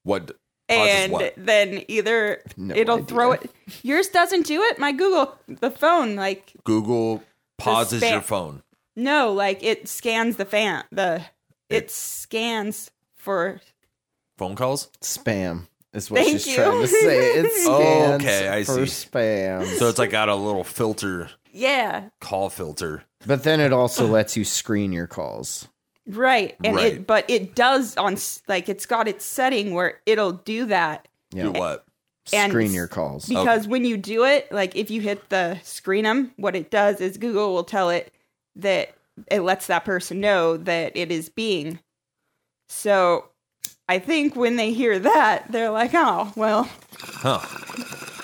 A: what pauses
C: and
A: what?
C: then either
B: no
C: it'll
B: idea.
C: throw it. Yours doesn't do it. My Google, the phone, like
A: Google pauses
C: span-
A: your phone.
C: No, like it scans the fan. The it, scans for
A: Phone calls?
B: Spam is what
C: Thank
B: she's
C: you.
B: trying to say. It's
A: Oh,
B: scans
A: okay, I
B: for
A: see.
B: spam.
A: So it's like got a little filter,
C: yeah,
A: call filter.
B: But then it also lets you screen your calls.
C: right. And
A: Right.
C: it but it does on s- like it's got its setting where it'll do that
B: Yeah.
A: Do what?
C: And
B: Screen
C: s-
B: your calls.
C: because when you do it, like if you hit the screen 'em, what it does is Google will tell it that it lets that person know that it is being. So I think when they hear that, they're like, "Oh, well,
A: Huh.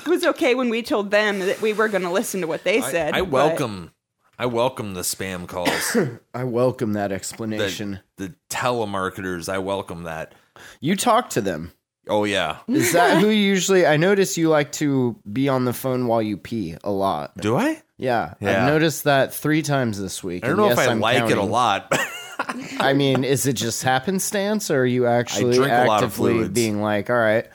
C: it was okay when we told them that we were going to listen to what they
A: I-
C: said."
A: I,
C: but-
A: welcome I welcome the spam calls.
B: I welcome that explanation.
A: the, the telemarketers, I welcome that.
B: you talk to them.
A: Oh yeah.
B: Is that who you usually? I notice you like to be on the phone while you pee a lot.
A: Do I?
B: Yeah,
A: Yeah.
B: I've noticed that three times this week.
A: I don't
B: and
A: know
B: yes,
A: if I
B: I'm
A: like it a
B: counting.
A: lot. but
B: I mean, is it just happenstance, or are you actually
A: drink a lot of
B: actively
A: fluids.
B: being like, all right?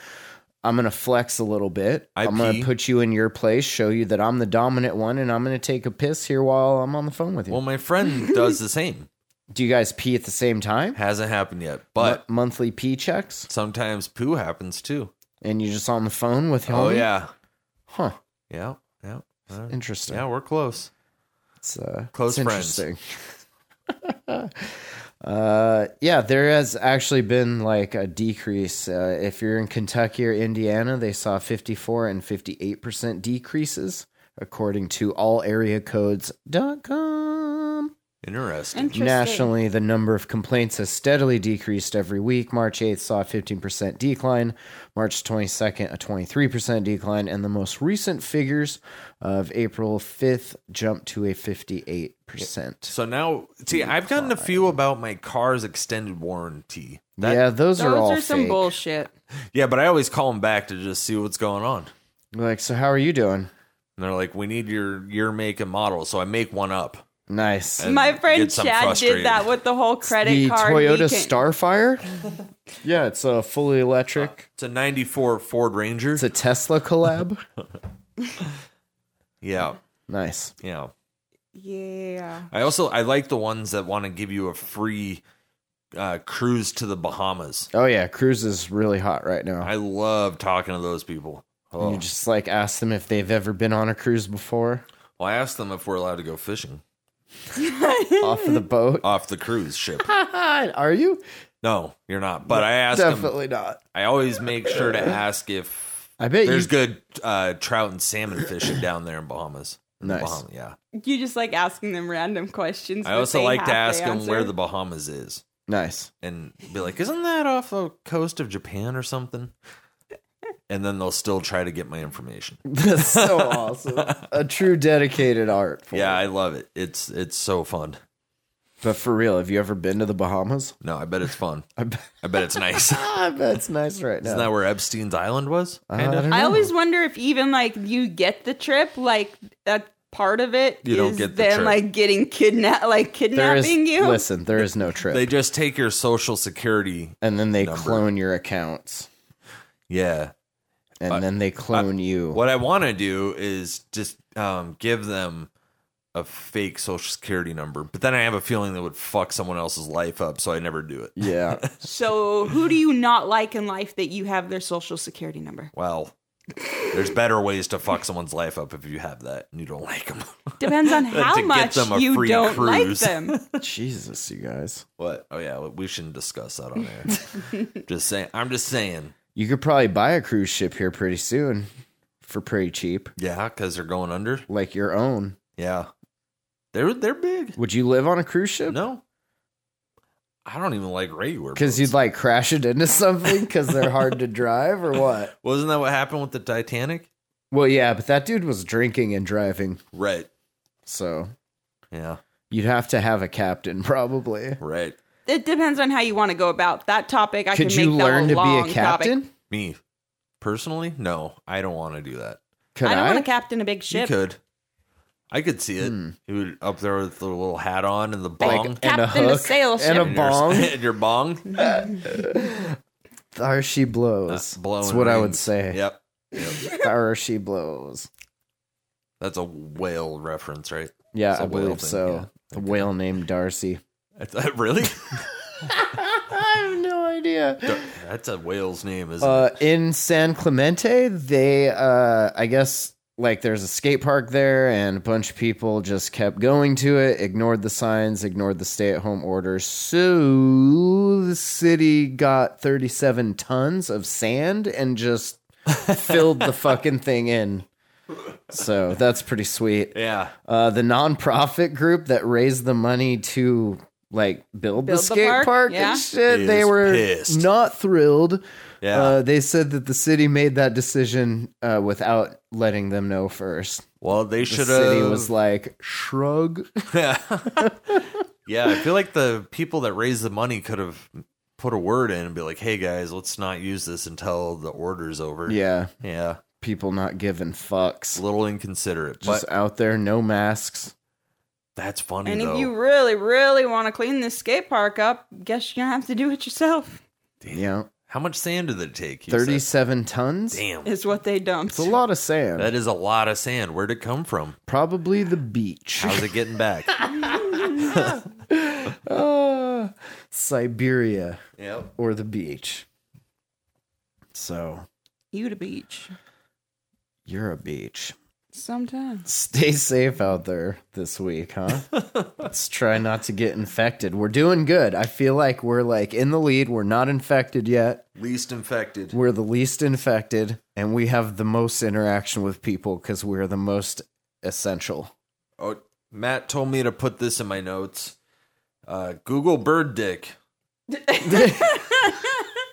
B: I'm gonna flex a little bit.
A: I
B: am gonna
A: pee.
B: put you in your place, show you that I'm the dominant one, and I'm gonna take a piss here while I'm on the phone with you.
A: well, my friend does the same.
B: Do you guys pee at the same time?
A: Hasn't happened yet, but
B: Mo- monthly pee checks,
A: sometimes poo happens too.
B: and you're just on the phone with him.
A: Oh yeah.
B: huh?
A: Yeah. Yeah. Uh,
B: Interesting.
A: Yeah, we're close.
B: It's uh,
A: Close
B: it's
A: friends.
B: Interesting. uh, yeah, there has actually been like a decrease. Uh, if you're in Kentucky or Indiana, they saw 54 and 58 percent decreases, according to allareacodes.com.
A: Interesting.
C: Interesting.
B: Nationally, the number of complaints has steadily decreased every week. March 8th saw a 15% decline, March 22nd, a 23% decline, and the most recent figures of April 5th jumped to a 58%.
A: So now, see, I've gotten a few about my car's extended warranty. That-
B: yeah, those,
C: Those
B: are all
C: are, some
B: fake.
C: bullshit.
A: Yeah, but I always call them back to just see what's going on.
B: Like, so how are you doing?
A: And they're like, "We need your your make and model." So I make one up.
B: Nice.
A: And
C: My friend
A: gets them
C: Chad
A: frustrated.
C: did that with the whole credit
B: the
C: card.
B: Toyota
C: leaking.
B: Starfire? yeah, it's a fully electric.
A: It's a '94 Ford Ranger.
B: It's a Tesla collab.
A: yeah,
B: nice.
A: yeah.
C: Yeah.
A: I also I like the ones that want to give you a free uh, cruise to the Bahamas.
B: Oh, yeah, Cruise is really hot right now.
A: I love talking to those people.
B: And
A: Oh.
B: you just like ask them if they've ever been on a cruise before
A: well, I asked them if we're allowed to go fishing
B: off of the boat.
A: off the cruise ship.
B: Are you?
A: No, you're not. But I asked them.
B: Definitely not.
A: I always make sure to ask if
B: I bet
A: there's
B: you.
A: good uh, trout and salmon fishing down there in Bahamas. In the
B: Nice.
A: Bahamas, yeah.
C: You just like asking them random questions.
A: I
C: that
A: also
C: they
A: like to
C: have
A: ask them where
C: answer.
A: the Bahamas is
B: Nice.
A: and be like, "Isn't that off the coast of Japan or something?" And then they'll still try to get my information.
B: That's so awesome. A true dedicated art. form.
A: Yeah, I love it. It's it's so fun.
B: But for real, have you ever been to the Bahamas?
A: No, I bet it's fun.
B: I bet,
A: I bet it's nice. Isn't
B: I bet it's nice right now.
A: that where Epstein's Island was?
B: Uh,
A: Kind
B: I
A: of.
B: don't
C: I
B: know.
C: always wonder if even like you get the trip, like that part of it
A: You don't
C: is
A: get the
C: them
A: trip.
C: like getting kidnapped, like
B: There is,
C: kidnapping you.
B: listen, there is no trip.
A: They just take your social security.
B: and then they
A: Number.
B: clone your accounts.
A: Yeah.
B: And
A: Uh,
B: then they clone you.
A: What I want to do is just um, give them a fake social security number, but then I have a feeling that would fuck someone else's life up, so I never do it.
B: Yeah.
C: So who do you not like in life that you have their social security number?
A: Well, there's better ways to fuck someone's life up if you have that and you don't like them.
C: Depends on
A: to
C: how
A: get
C: much
A: them a
C: you
A: free
C: don't like
A: cruise.
C: them.
B: Jesus, you guys.
A: what? Oh yeah, we shouldn't discuss that on air. just saying. I'm just saying.
B: You could probably buy a cruise ship here pretty soon for pretty cheap,
A: Yeah, because they're going under.
B: like your own.
A: Yeah, they're they're big.
B: Would you live on a cruise ship?
A: No, I don't even like regular.
B: Because
A: boats.
B: you'd like crash it into something because they're hard to drive or what?
A: wasn't that what happened with the Titanic?
B: Well, yeah, but that dude was drinking and driving.
A: Right.
B: So
A: Yeah.
B: you'd have to have a captain probably.
A: Right.
C: It depends on how you want to go about that topic. I
B: Could
C: can
B: you
C: make that
B: learn to
C: long
B: be a captain?
C: Topic.
A: Me personally, no, I don't want to do that.
B: Could
C: I don't
B: I?
C: want to captain a big
A: You
C: ship.
A: could. I could see it. You would up there with the little hat on and the
B: Like,
A: bong.
B: and a
C: Captain a
B: hook
C: sail
B: and a
C: ship.
A: and your-
B: bong.
A: and your bong.
B: Thar she blows.
A: Blowing
B: That's what I would
A: rings.
B: say.
A: Yep.
B: Thar she blows.
A: That's a whale reference, right?
B: Yeah,
A: It's a
B: I
A: whale
B: believe
A: thing,
B: so.
A: yeah.
B: The whale named Darcy.
A: That's- really?
B: I have no idea.
A: That's a whale's name, isn't
B: Uh, in San Clemente, they, uh, I guess, like there's a skate park there, and a bunch of people just kept going to it, ignored the signs, ignored the stay at home orders. So the city got 37 tons of sand and just filled the fucking thing in. So that's pretty sweet.
A: it? Yeah.
B: Uh, the nonprofit group that raised the money to like build, the
C: Build the
B: skate
C: park,
B: park,
C: yeah.
B: and shit,
A: Is
B: they were
A: pissed.
B: not thrilled.
A: Yeah.
B: Uh, they said that the city made that decision uh, without letting them know first.
A: Well, they
B: The
A: should
B: city
A: have.
B: was like, shrug.
A: yeah, I feel like the people that raised the money could have put a word in and be like, "Hey guys, let's not use this until the order's over."
B: yeah,
A: Yeah.
B: people not giving
A: It's
B: fucks.
A: a little inconsiderate,
B: Just
A: but
B: out there, no masks.
A: that's funny
C: And
A: though.
C: if you really, really want to clean this skate park up, guess you're gonna have to do it yourself.
B: Yeah,
A: How much sand did it take? you said?
B: thirty-seven tons.
A: Damn.
C: Is what they dumped.
B: It's a lot of sand.
A: That is a lot of sand. Where'd it come from?
B: Probably the beach.
A: How's it getting back?
B: Ah, Siberia.
A: yep.
B: or the beach. So
C: You to beach
B: you're a beach.
C: sometimes.
B: Stay safe out there this week, huh? Let's try not to get infected. We're doing good. I feel like we're like in the lead. We're not infected yet.
A: Least infected.
B: We're the least infected and we have the most interaction with people because we're the most essential.
A: Oh, Matt told me to put this in my notes. Uh, Google bird dick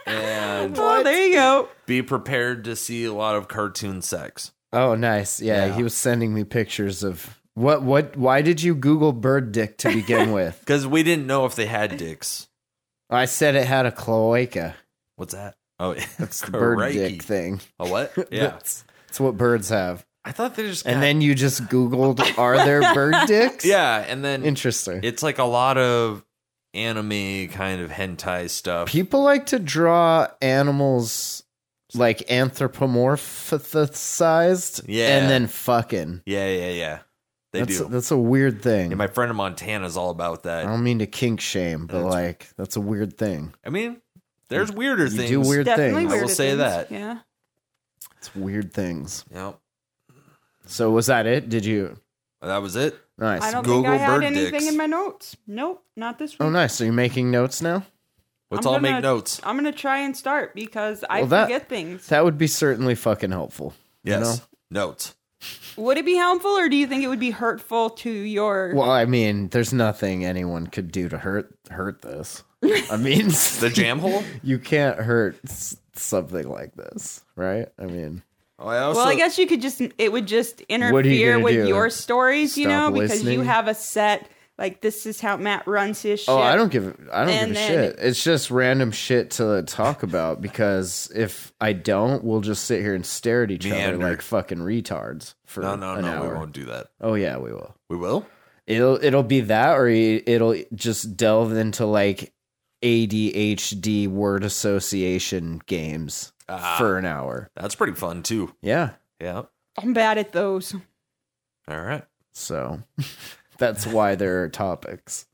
A: and
C: Oh, there you go.
A: be prepared to see a lot of cartoon sex.
B: Oh, nice. Yeah, he was sending me pictures of what what why did you google bird dick to begin with?
A: Because we didn't know if they had dicks.
B: I said it had a cloaca.
A: What's that? Oh,
B: That's the bird dick thing.
A: A what? Yeah.
B: That's, that's what birds have.
A: I thought they just.
B: And
A: got-
B: then you just Googled, are there bird dicks?
A: Yeah, and then
B: Interesting.
A: it's like a lot of anime kind of hentai stuff.
B: People like to draw animals like anthropomorphized
A: Yeah.
B: and then fucking.
A: yeah, yeah, yeah. They
B: that's,
A: do.
B: that's a weird thing.
A: Yeah, my friend in Montana is all about that.
B: I don't mean to kink shame, but
A: That's-
B: like that's a weird thing.
A: I mean, there's weirder
B: You
A: things.
B: do weird
C: Definitely
B: things.
A: I will
C: weirder
A: say
C: things.
A: that.
C: Yeah.
B: It's weird things.
A: Yep.
B: So was that it? Did you?
A: That was it.
B: Nice.
C: I don't think
A: Google
C: I had
A: bird
C: anything
A: dicks.
C: in my notes. Nope, not this week.
B: oh, nice. Are you making notes now?
A: Let's
C: I'm
A: all
C: gonna-
A: make notes.
C: I'm gonna try and start because I
B: Well, that-
C: forget things.
B: That would be certainly fucking helpful. you
A: Yes.
B: know?
A: Notes.
C: Would it be helpful, or do you think it would be hurtful to your?
B: Well, I mean, there's nothing anyone could do to hurt hurt this. I mean,
A: The jam hole?
B: you can't hurt s- something like this, right? I mean,
A: Oh, I also,
C: well, I guess you could just it would
B: are
C: just
B: you
C: interfere
B: gonna
C: with
B: do?
C: your stories, you know,
B: Stop
C: because you
B: listening?
C: have a set like this is how Matt runs his shit.
B: oh, I don't give a- I don't
C: And
B: give a
C: then-
B: shit. It's just random shit to talk about because if I don't, we'll just sit here and stare at each
A: Meander.
B: other like fucking retards for
A: No, no,
B: an
A: no.
B: hour.
A: We won't do that.
B: Oh yeah, we will.
A: We will?
B: It'll it'll be that, or i- it'll just delve into like ADHD word association games
A: Ah.
B: for an hour.
A: That's pretty fun, too.
B: Yeah.
A: Yeah.
C: I'm bad at those.
A: All right.
B: So that's why there are topics.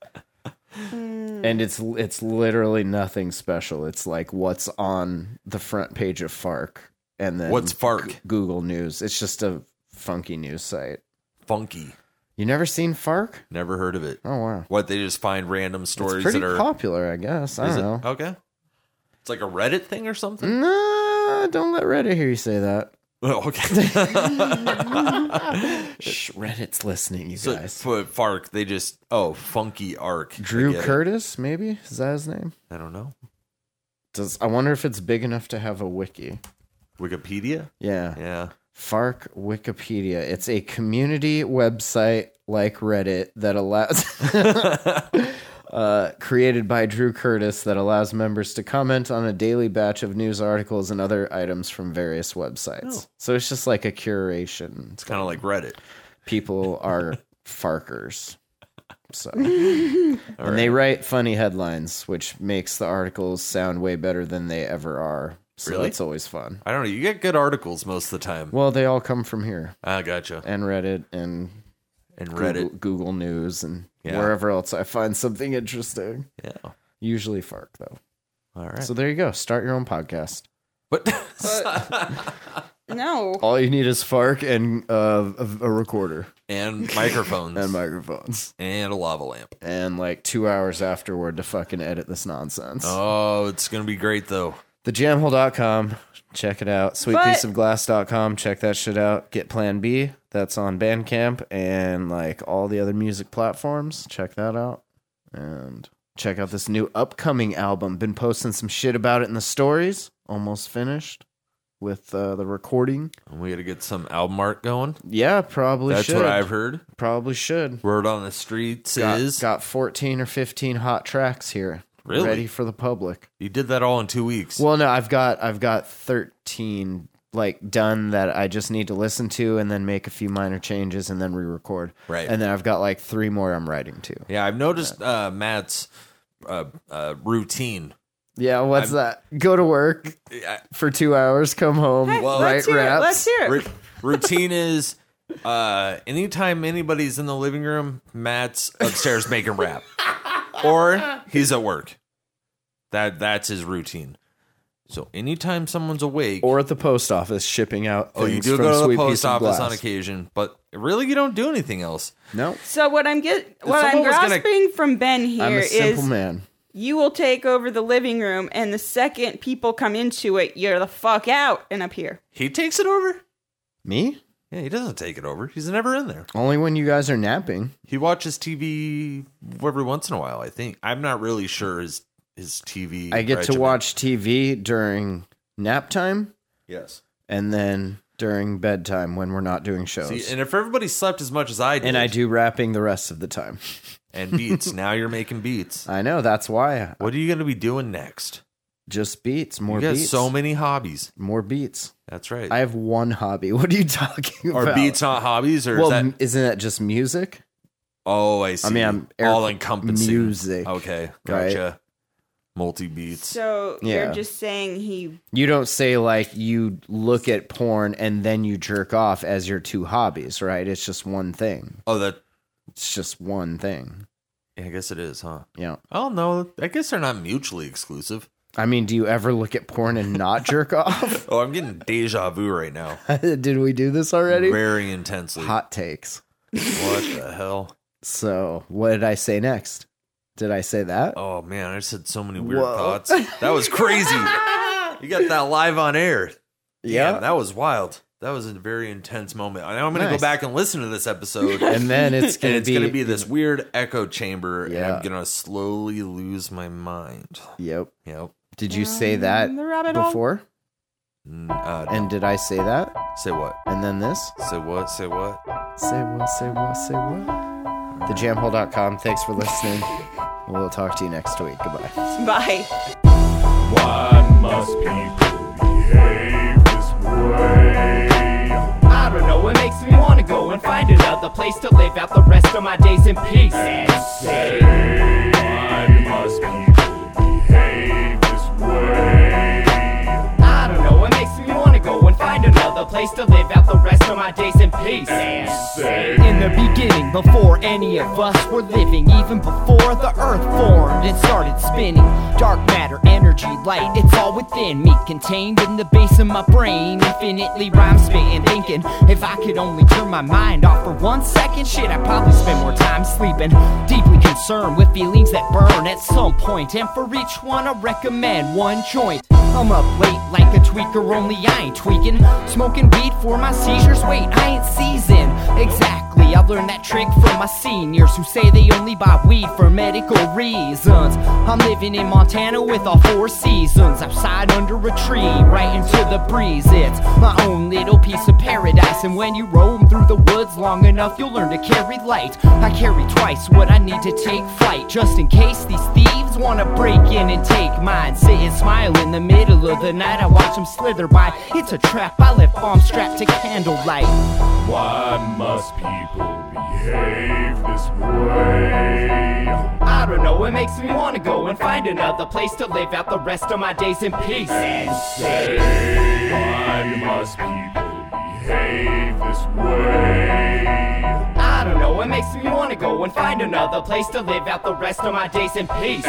B: And it's it's literally nothing special. It's like what's on the front page of FARC and then
A: What's FARC?
B: G- Google News. It's just a funky news site.
A: Funky.
B: You never seen FARC?
A: Never heard of it.
B: Oh wow.
A: What? They just find random
B: It's
A: stories
B: pretty
A: that are.
B: popular, I guess. I
A: Is
B: don't
A: it?
B: know. Mm.
A: Okay. It's like a Reddit thing or something?
B: No, don't let Reddit hear you say that.
A: Oh, okay.
B: Shh, Reddit's listening, you
A: so,
B: guys.
A: for Fark, they just. Oh, Funky Arc. I
B: Drew
A: get it.
B: Curtis, maybe? Is that his name?
A: I don't know.
B: Does I wonder if it's big enough to have a wiki.
A: Wikipedia?
B: Yeah.
A: Yeah.
B: Fark Wikipedia. It's a community website like Reddit that allows uh, created by Drew Curtis that allows members to comment on a daily batch of news articles and other items from various websites. So it's just like a curation. It's
A: Kind of like Reddit.
B: people are farkers. So and they write funny headlines, which makes the articles sound way better than they ever are. So
A: Really?
B: it's always fun.
A: I don't know. You get good articles most of the time.
B: Well, they all come from here
A: I gotcha.
B: and Reddit and
A: and
B: Google,
A: Reddit.
B: Google News and
A: Yeah.
B: wherever else I find something interesting.
A: Yeah.
B: Usually FARC though.
A: All right.
B: So there you go. Start your own podcast.
A: but
C: No.
B: All you need is FARC and uh, a, a recorder
A: and microphones
B: and
A: and,
B: microphones.
A: a lava lamp.
B: And like two hours afterward to fucking edit this nonsense.
A: Oh, it's gonna be great though.
B: thejamhole.com check it out
C: But-
B: sweetpieceofglass.com check that shit out get plan b that's on bandcamp and like all the other music platforms check that out and check out this new upcoming album been posting some shit about it in the stories almost finished with uh, the recording
A: And we gotta get some album art going.
B: yeah probably
A: That's
B: should
A: what I've heard.
B: probably should
A: Word on the streets
B: got,
A: is
B: got 14 or 15 hot tracks here
A: Really?
B: ready for the public
A: you did that all in two weeks.
B: Well, no, I've got I've got thirteen like done that I just need to listen to and then make a few minor changes and then re-record.
A: Right.
B: And then I've got like three more I'm writing to.
A: yeah, I've noticed uh, Matt's uh, uh, routine.
B: Yeah, what's that? Go to work for two hours, come home, write
C: let's hear
B: raps.
C: it. Let's hear it.
A: Ru- routine is uh, anytime anybody's in the living room, Matt's upstairs making rap, or he's at work. That that's his routine. So anytime someone's awake,
B: Or at the post office shipping out.
A: oh, you
B: things
A: do
B: from
A: go to the
B: Sweet
A: post
B: Piece of
A: office
B: Glass.
A: on occasion, but really you don't do anything else.
B: No,
C: So what I'm get what I'm
A: someone was gonna-
C: grasping from Ben here
B: I'm a simple
C: is
B: man.
C: you will take over the living room, and the second people come into it, you're the fuck out and up here.
A: He takes it over.
B: Me?
A: Yeah, he doesn't take it over. He's never in there.
B: Only when you guys are napping.
A: He watches TV every once in a while. I think I'm not really sure his his TV.
B: I get to
A: regimen.
B: watch TV during nap time
A: Yes.
B: and then during bedtime when we're not doing shows.
A: See, and if everybody slept as much as I did,
B: and I do rapping the rest of the time.
A: and beats. now you're making beats.
B: I know that's why.
A: What are you going to be doing next?
B: Just beats,
A: You
B: more
A: got
B: beats,
A: so many hobbies.
B: more beats.
A: That's right.
B: I have one hobby. What are you talking
A: are
B: about?
A: beats not hobbies, or
B: Well,
A: is
B: m-
A: that?
B: isn't that just music?
A: Oh, I see.
B: mean, I'm air-
A: all encompassing
B: music,
A: Okay,
B: right?
A: gotcha. Multi beats.
C: So
B: Yeah.
C: you're just saying he
B: You don't say like you look at porn and then you jerk off as your two hobbies, right? It's just one thing.
A: Oh, that.
B: It's just one thing.
A: yeah, I guess it is, huh?
B: Yeah.
A: Oh no, I guess they're not mutually exclusive.
B: I mean, do you ever look at porn and not jerk off?
A: Oh, I'm getting deja vu right now.
B: Did we do this already?
A: Very intensely.
B: Hot takes.
A: What the hell?
B: So, what did I say next? Did I say that?
A: Oh man, I said so many weird
B: Whoa.
A: thoughts. That was crazy. you got that live on air. Damn, that was wild. That was a very intense moment. I know I'm going to
B: Nice.
A: go back and listen to this episode,
B: And then it's
A: and
B: gonna
A: it's
B: be,
A: going to be this weird echo chamber, and
B: Yeah.
A: I'm going to slowly lose my mind.
B: Yep.
A: Yep.
B: Did you say that
C: the rabbit hole.
B: before?
A: Mm, Uh,
B: And did I say that?
A: say what?
B: And then this?
A: Say what? Say what?
B: Say what, say what, say what? Thejamhole.com. Thanks for listening. We'll talk to you next week. Goodbye.
C: Bye.
E: Why must people behave this way?
G: I don't know, it makes me wanna go and find another place to live out the rest of my days in peace.
E: Why must people behave this way?
G: I don't know, it makes me wanna go and find another place to live out the rest of my days in peace.
E: Say
G: In the beginning, before any of us were living, even before the earth formed and started spinning, dark matter, energy, light, it's all within me, contained in the base of my brain. Infinitely rhyme spitting, thinking if I could only turn my mind off for one second, shit, I'd probably spend more time sleeping. Deeply concerned with feelings that burn at some point, and for each one, I recommend one joint. I'm up late like a tweaker, only I ain't tweaking. Smoking weed for my seizures, wait, I ain't seasoned. Exactly, I've learned that trick from my seniors who say they only buy weed for medical reasons. I'm living in Montana with all four seasons, outside under a tree, right into the breeze. It's my own little piece of paradise, and when you roam through the woods long enough, you'll learn to carry light. I carry twice what I need to take flight, just in case these thieves wanna break in and take mine. Sit and smile in the middle of the night, I watch them slither by. It's a trap, I left bombs strapped to candlelight.
E: why must people behave this way?
G: I don't know, it makes me wanna go and find another place to live out the rest of my days in peace.
E: Say why must people behave this way?
G: I I don't know, it makes me wanna go and find another place to live out the rest of my days in peace.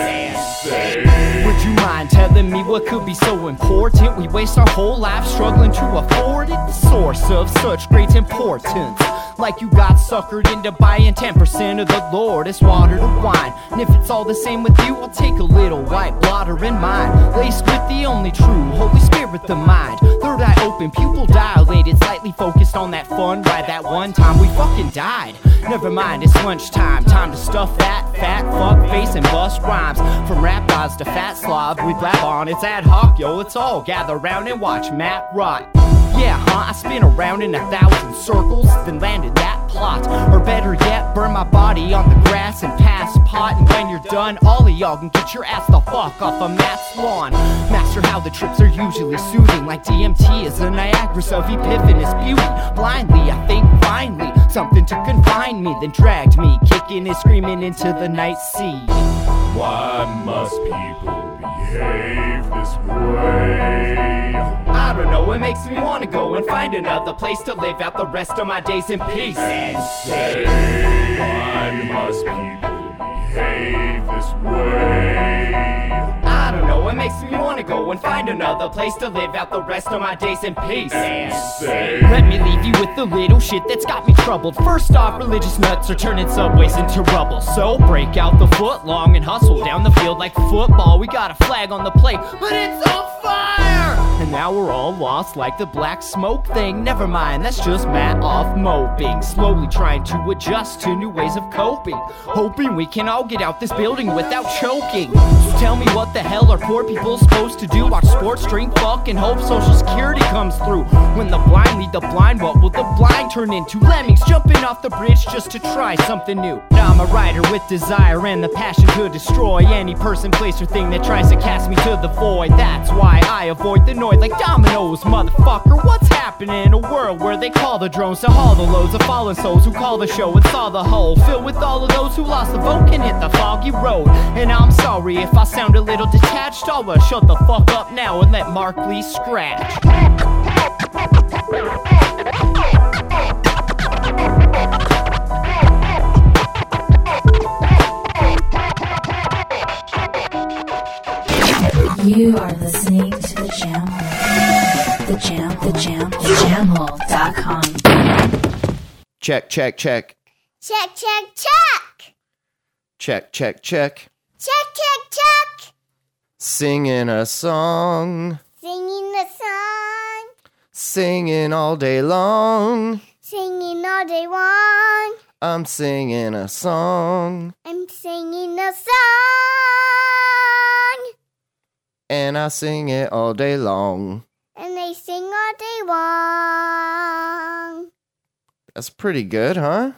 G: Would you mind telling me what could be so important? We waste our whole life struggling to afford it. The source of such great importance. Like you got suckered into buying 10% of the Lord. It's water to wine. And if it's all the same with you, I'll take a little white blotter in mine. Laced with the only true Holy Spirit, the mind. Third eye open, pupil dilated, slightly focused on that fun. Why that one time we fucking died. Never mind, it's lunchtime. Time to stuff that fat fuck face and bust rhymes. From rap gods to fat slob, we blab on. It's ad hoc, yo. Let's all gather round and watch Matt rot. Yeah, huh? I spin around in a thousand circles, then landed that plot. Or better yet, burn my body on the grass and pass pot. And when you're done, all of y'all can get your ass the fuck off a Matt's lawn. Master how the trips are usually soothing, like DMT is the Niagara's of epiphanous beauty. Blindly, I think finally something to confine me, then dragged me, kicking and screaming into the night sea.
E: Why must people behave this way?
G: I don't know, it makes me wanna go and find another place to live out the rest of my days in peace.
E: Why must people behave this way?
G: I don't know, it makes me wanna go and find another place to live out the rest of my days in peace.
E: Say,
G: Let me leave you with the little shit that's got me troubled. First off, religious nuts are turning subways into rubble. So break out the foot long and hustle down the field like football. We got a flag on the plate, but it's on fire! And now we're all lost like the black smoke thing. Never mind, that's just Matt off moping. Slowly trying to adjust to new ways of coping. Hoping we can all get out this building without choking. So tell me what the hell are poor people supposed to do? Watch sports, drink, fuck, and hope social security comes through. When the blind lead the blind, what will the blind turn into? Lemmings jumping off the bridge just to try something new. I'm a writer with desire and the passion to destroy any person, place, or thing that tries to cast me to the void. That's why I avoid the noise like dominoes, motherfucker. What's happening in a world where they call the drones to haul the loads of fallen souls who call the show and saw the hole? Filled with all of those who lost the vote can hit the foggy road. And I'm sorry if I sound a little detached. I'll uh, shut the fuck up now and let Mark Lee scratch.
H: You are listening to the Jam Hole. The Jam, the Jam, jamhole.com.
B: Check, check, check.
I: Check, check, check.
B: Check, check, check.
I: Check, check, check.
B: Singing a song.
I: Singing the song.
B: Singing all day long.
I: Singing all day long.
B: I'm singing a song.
I: I'm singing a song.
B: And I sing it all day long.
I: And they sing all day long.
B: That's pretty good, huh?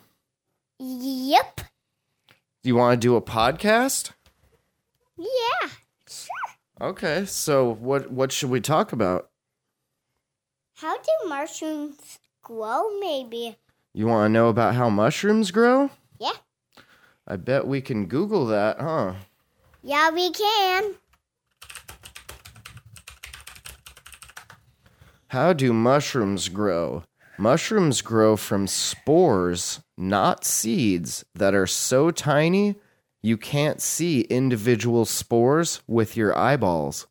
I: Yep.
B: Do you want to do a podcast?
I: Yeah.
B: Okay, so what what should we talk about?
I: How do mushrooms grow, maybe?
B: You want to know about how mushrooms grow?
I: Yeah.
B: I bet we can Google that, huh?
I: Yeah, we can.
B: How do mushrooms grow? Mushrooms grow from spores, not seeds, that are so tiny you can't see individual spores with your eyeballs.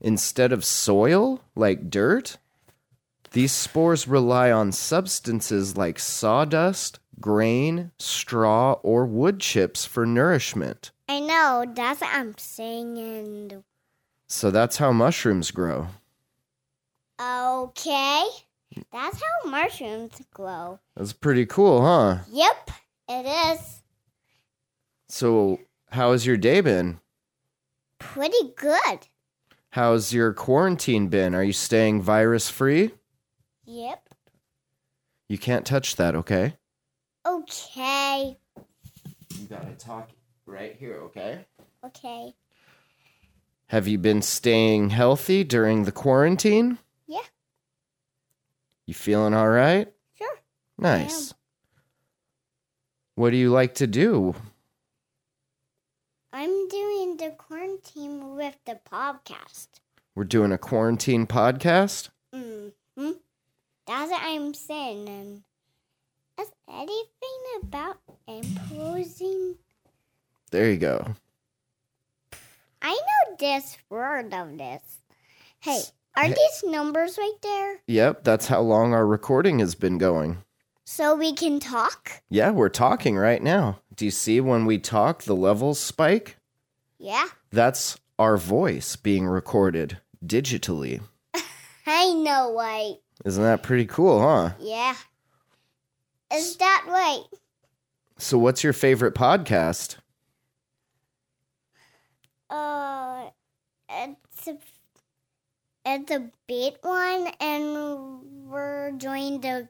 B: Instead of soil, like dirt, these spores rely on substances like sawdust, grain, straw, or wood chips for nourishment.
I: I know. That's what I'm singing.
B: So that's how mushrooms grow.
I: Okay. That's how mushrooms grow.
B: That's pretty cool, huh?
I: Yep, it is.
B: So, how has your day been?
I: Pretty good.
B: How's your quarantine been? Are you staying virus free?
I: Yep.
B: You can't touch that, okay?
I: Okay.
B: You gotta talk right here, okay?
I: Okay.
B: Have you been staying healthy during the quarantine?
I: Yeah.
B: You feeling all right?
I: Sure.
B: Nice. What do you like to do?
I: I'm doing the quarantine with the podcast.
B: We're doing a quarantine podcast?
I: Mm-hmm. That's what I'm saying. us anything about imposing?
B: There you go.
I: I know this word of this. Hey, are these numbers right there?
B: Yep, that's how long our recording has been going.
I: So we can talk?
B: Yeah, we're talking right now. Do you see when we talk, the levels spike?
I: Yeah.
B: That's our voice being recorded digitally.
I: I know, right?
B: Isn't that pretty cool, huh?
I: Yeah. Is that right?
B: So, what's your favorite podcast?
I: Uh, it's a, it's a big one, and we're doing the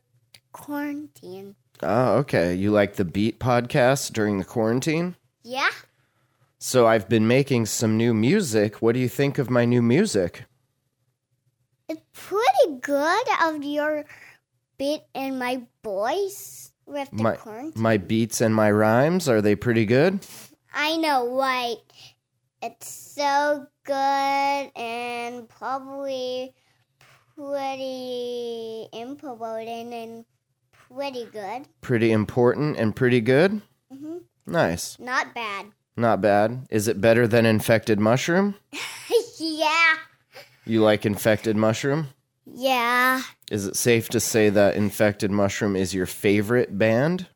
I: quarantine.
B: Oh, okay. You like the Beat podcast during the quarantine?
I: Yeah.
B: So, I've been making some new music. What do you think of my new music?
I: It's pretty good of your bit and my voice with the
B: My,
I: quarantine.
B: my beats and my rhymes, are they pretty good?
I: I know, right? It's so good and probably pretty improvising and pretty good.
B: Pretty important and pretty good?
I: Mhm.
B: Nice.
I: Not bad.
B: Not bad. Is it better than Infected Mushroom?
I: yeah.
B: You like Infected Mushroom?
I: Yeah.
B: Is it safe to say that Infected Mushroom is your favorite band?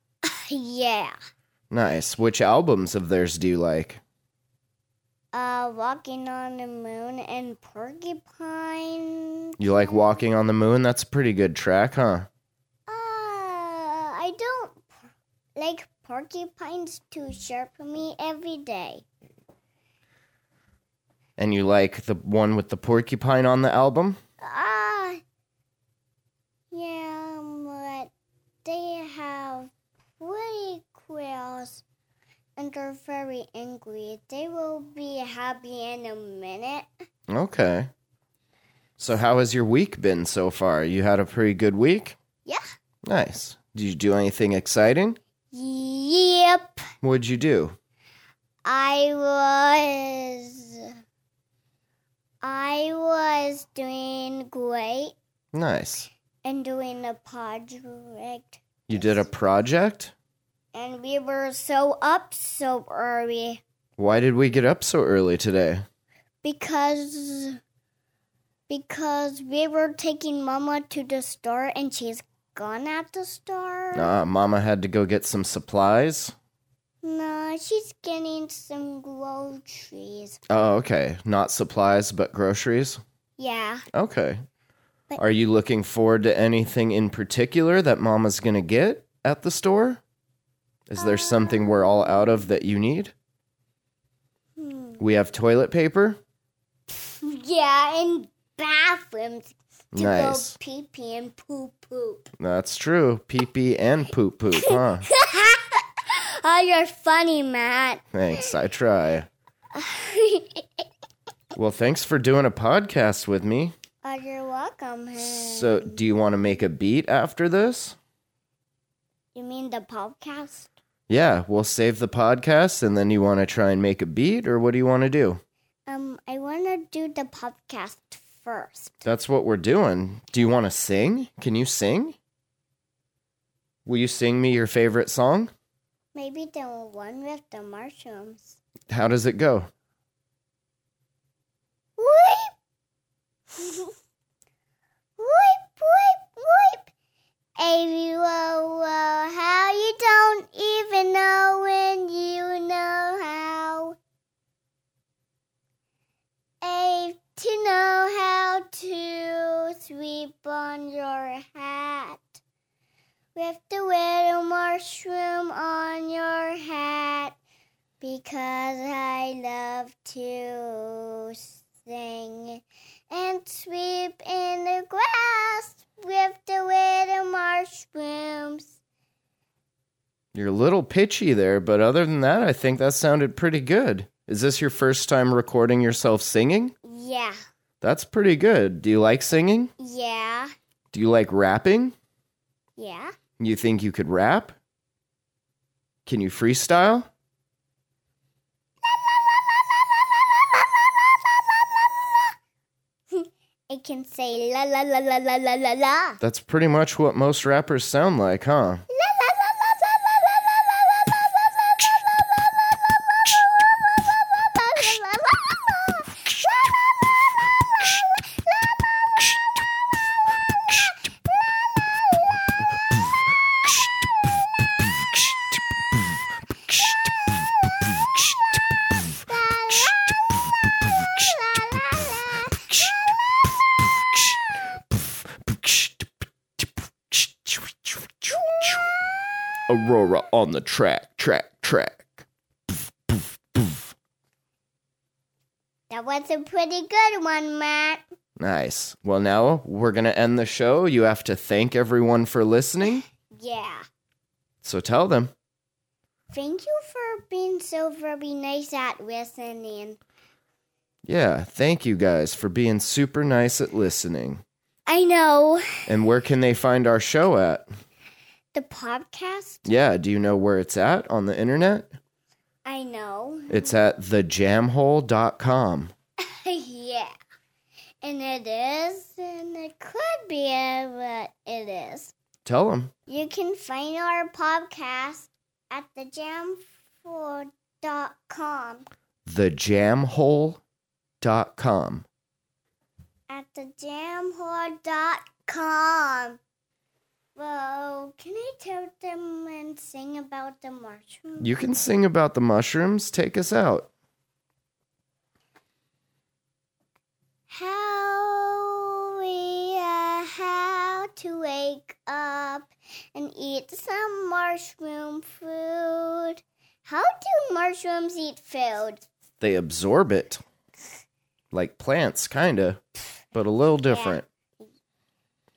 I: Yeah.
B: Nice. Which albums of theirs do you like?
I: Uh, walking on the moon and porcupine.
B: You like Walking on the Moon? That's a pretty good track, huh?
I: Uh, I don't like porcupines too sharp for me every day.
B: And you like the one with the porcupine on the album?
I: Ah, yeah, but they have pretty quills and they're very angry. They will be happy in a minute.
B: Okay. So, how has your week been so far? You had a pretty good week?
I: Yeah.
B: Nice. Did you do anything exciting?
I: Yep,
B: What'd you do?
I: I was. I was doing great
B: Nice.
I: and doing a project,
B: You did a project?
I: and we were so up so early.
B: Why did we get up so early today?
I: because because we were taking mama to the store and she's gone at the store
B: Ah, Mama had to go get some supplies.
I: no she's getting some groceries
B: Oh, okay. Not supplies, but groceries.
I: yeah
B: Okay.
I: But-
B: Are you looking forward to anything in particular that Mama's going to get at the store? Is
I: Uh,
B: there something we're all out of that you need?
I: hmm.
B: We have toilet paper?
I: yeah and bathrooms to
B: Nice.
I: go pee pee and poop poop
B: That's true. Pee pee and poop poop, huh?
I: oh you're funny matt
B: Thanks. I try. Well, thanks for doing a podcast with me.
I: oh you're welcome hey.
B: So, do you want to make a beat after this?
I: you mean the podcast
B: Yeah, we'll save the podcast and then you want to try and make a beat or what do you want to do?
I: um i want to do the podcast first
B: That's what we're doing. Do you want to sing? Can you sing? Will you sing me your favorite song?
I: Maybe the one with the mushrooms.
B: How does it go?
I: Weep! weep, weep, weep! Avy, whoa, whoa, how you don't even know when you know how. A to know how to sweep on your hat. With the little mushroom on your hat. Because I love to sing and sweep in the grass with the little mushrooms.
B: You're a little pitchy there, but other than that, I think that sounded pretty good. Is this your first time recording yourself singing?
I: Yeah,
B: That's pretty good. Do you like singing?
I: yeah,
B: Do you like rapping?
I: yeah.
B: You think you could rap? Can you freestyle?
I: It can say la la la la la la la la la
B: That's pretty much what most rappers sound like, huh?
I: la
G: Aurora on the track, track, track.
I: That was a pretty good one, Matt.
B: Nice. Well, now we're going to end the show. You have to thank everyone for listening.
I: Yeah.
B: So tell them.
I: Thank you for being so very nice at listening.
B: Yeah, thank you guys for being super nice at listening.
I: I know.
B: And where can they find our show at?
I: The podcast?
B: Yeah, do you know where it's at on the internet?
I: I know.
B: It's at thejamhole.com.
I: yeah. And it is, and it could be, uh, but it is.
B: Tell them.
I: You can find our podcast at thejamhole.com.
B: Thejamhole.com.
I: At thejamhole.com. Well, can I tell them and sing about the mushroom?
B: You can sing about the mushrooms. Take us out.
I: How we uh, how to wake up and eat some mushroom food. How do mushrooms eat food?
B: They absorb it like plants, kind of, but a little different.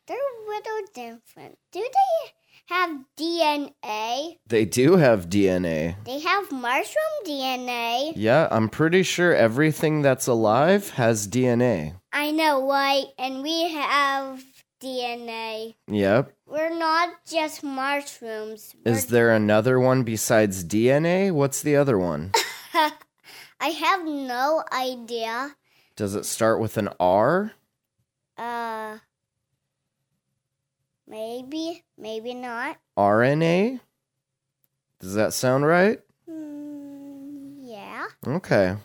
I: They're a little different. Do they have DNA?
B: They do have DNA.
I: They have mushroom DNA.
B: Yeah, I'm pretty sure everything that's alive has DNA.
I: I know, right? And we have DNA.
B: Yep.
I: We're not just mushrooms.
B: Is there another one besides DNA? What's the other one?
I: I have no idea.
B: Does it start with an R?
I: Uh, maybe, maybe not.
B: RNA? Does that sound right?
I: Hmm, yeah.
B: Okay.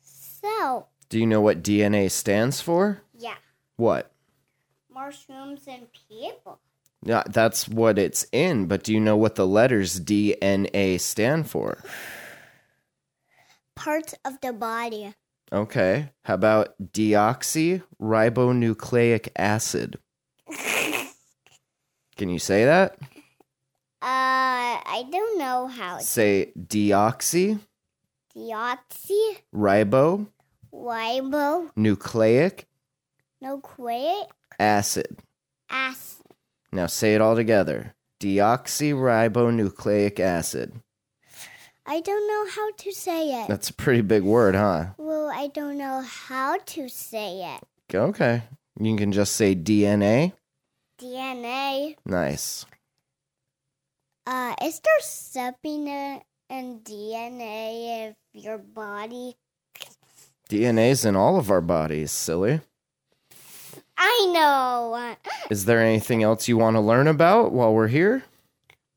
I: So,
B: Do you know what DNA stands for?
I: yeah,
B: What?
I: mushrooms and people.
B: Yeah, that's what it's in, but do you know what the letters DNA stand for?
I: Parts of the body.
B: Okay. How about deoxyribonucleic acid? Can you say that?
I: Uh, I don't know how.
B: Say deoxy
I: Deoxy,
B: ribo
I: ribo,
B: nucleic
I: nucleic
B: acid.
I: acid.
B: Now say it all together. Deoxyribonucleic acid.
I: I don't know how to say it.
B: That's a pretty big word, huh?
I: Well, I don't know how to say it.
B: Okay. You can just say DNA.
I: DNA.
B: Nice.
I: Uh, is there something in in DNA of your body?
B: DNA's in all of our bodies, silly.
I: I know.
B: Is there anything else you want to learn about while we're here?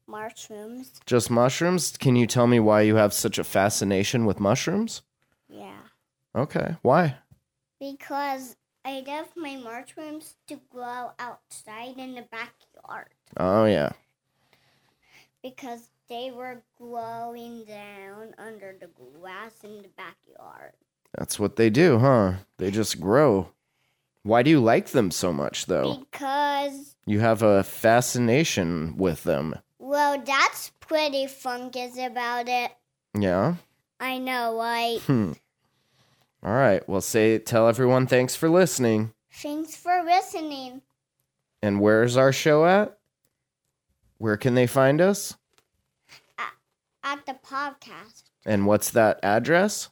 I: Mushrooms.
B: Just mushrooms? Can you tell me why you have such a fascination with mushrooms?
I: Yeah.
B: Okay. Why?
I: Because I love my mushrooms to grow outside in the backyard
B: Oh, yeah.
I: because they were growing down under the grass in the backyard.
B: That's what they do, huh? They just grow. Why do you like them so much, though?
I: Because,
B: You have a fascination with them.
I: well, that's pretty fungus about it.
B: Yeah?
I: I know, right?
B: Hmm. All right. Well, say, tell everyone thanks for listening.
I: Thanks for listening.
B: And where's our show at? Where can they find us?
I: at the podcast.
B: And what's that address?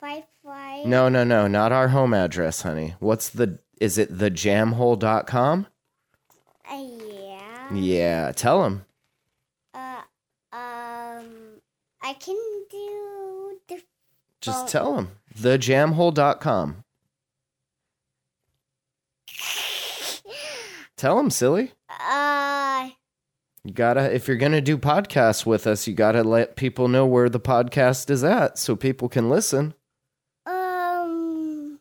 I: Five five.
B: No, no, no, not our home address, honey. What's the is it thejamhole.com?
I: Uh, yeah.
B: Yeah, tell them.
I: Uh, um, I can do the
B: Just
I: Well-
B: tell them. Thejamhole.com. Tell them, silly.
I: uh.
B: You gotta, if you're gonna do podcasts with us, you gotta let people know where the podcast is at so people can listen.
I: Um,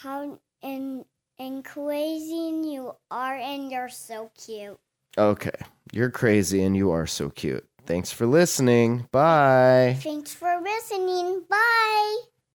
I: how in in crazy you are, and you're so cute.
B: Okay. You're crazy and you are so cute. Thanks for listening. Bye.
I: Thanks for listening. Bye.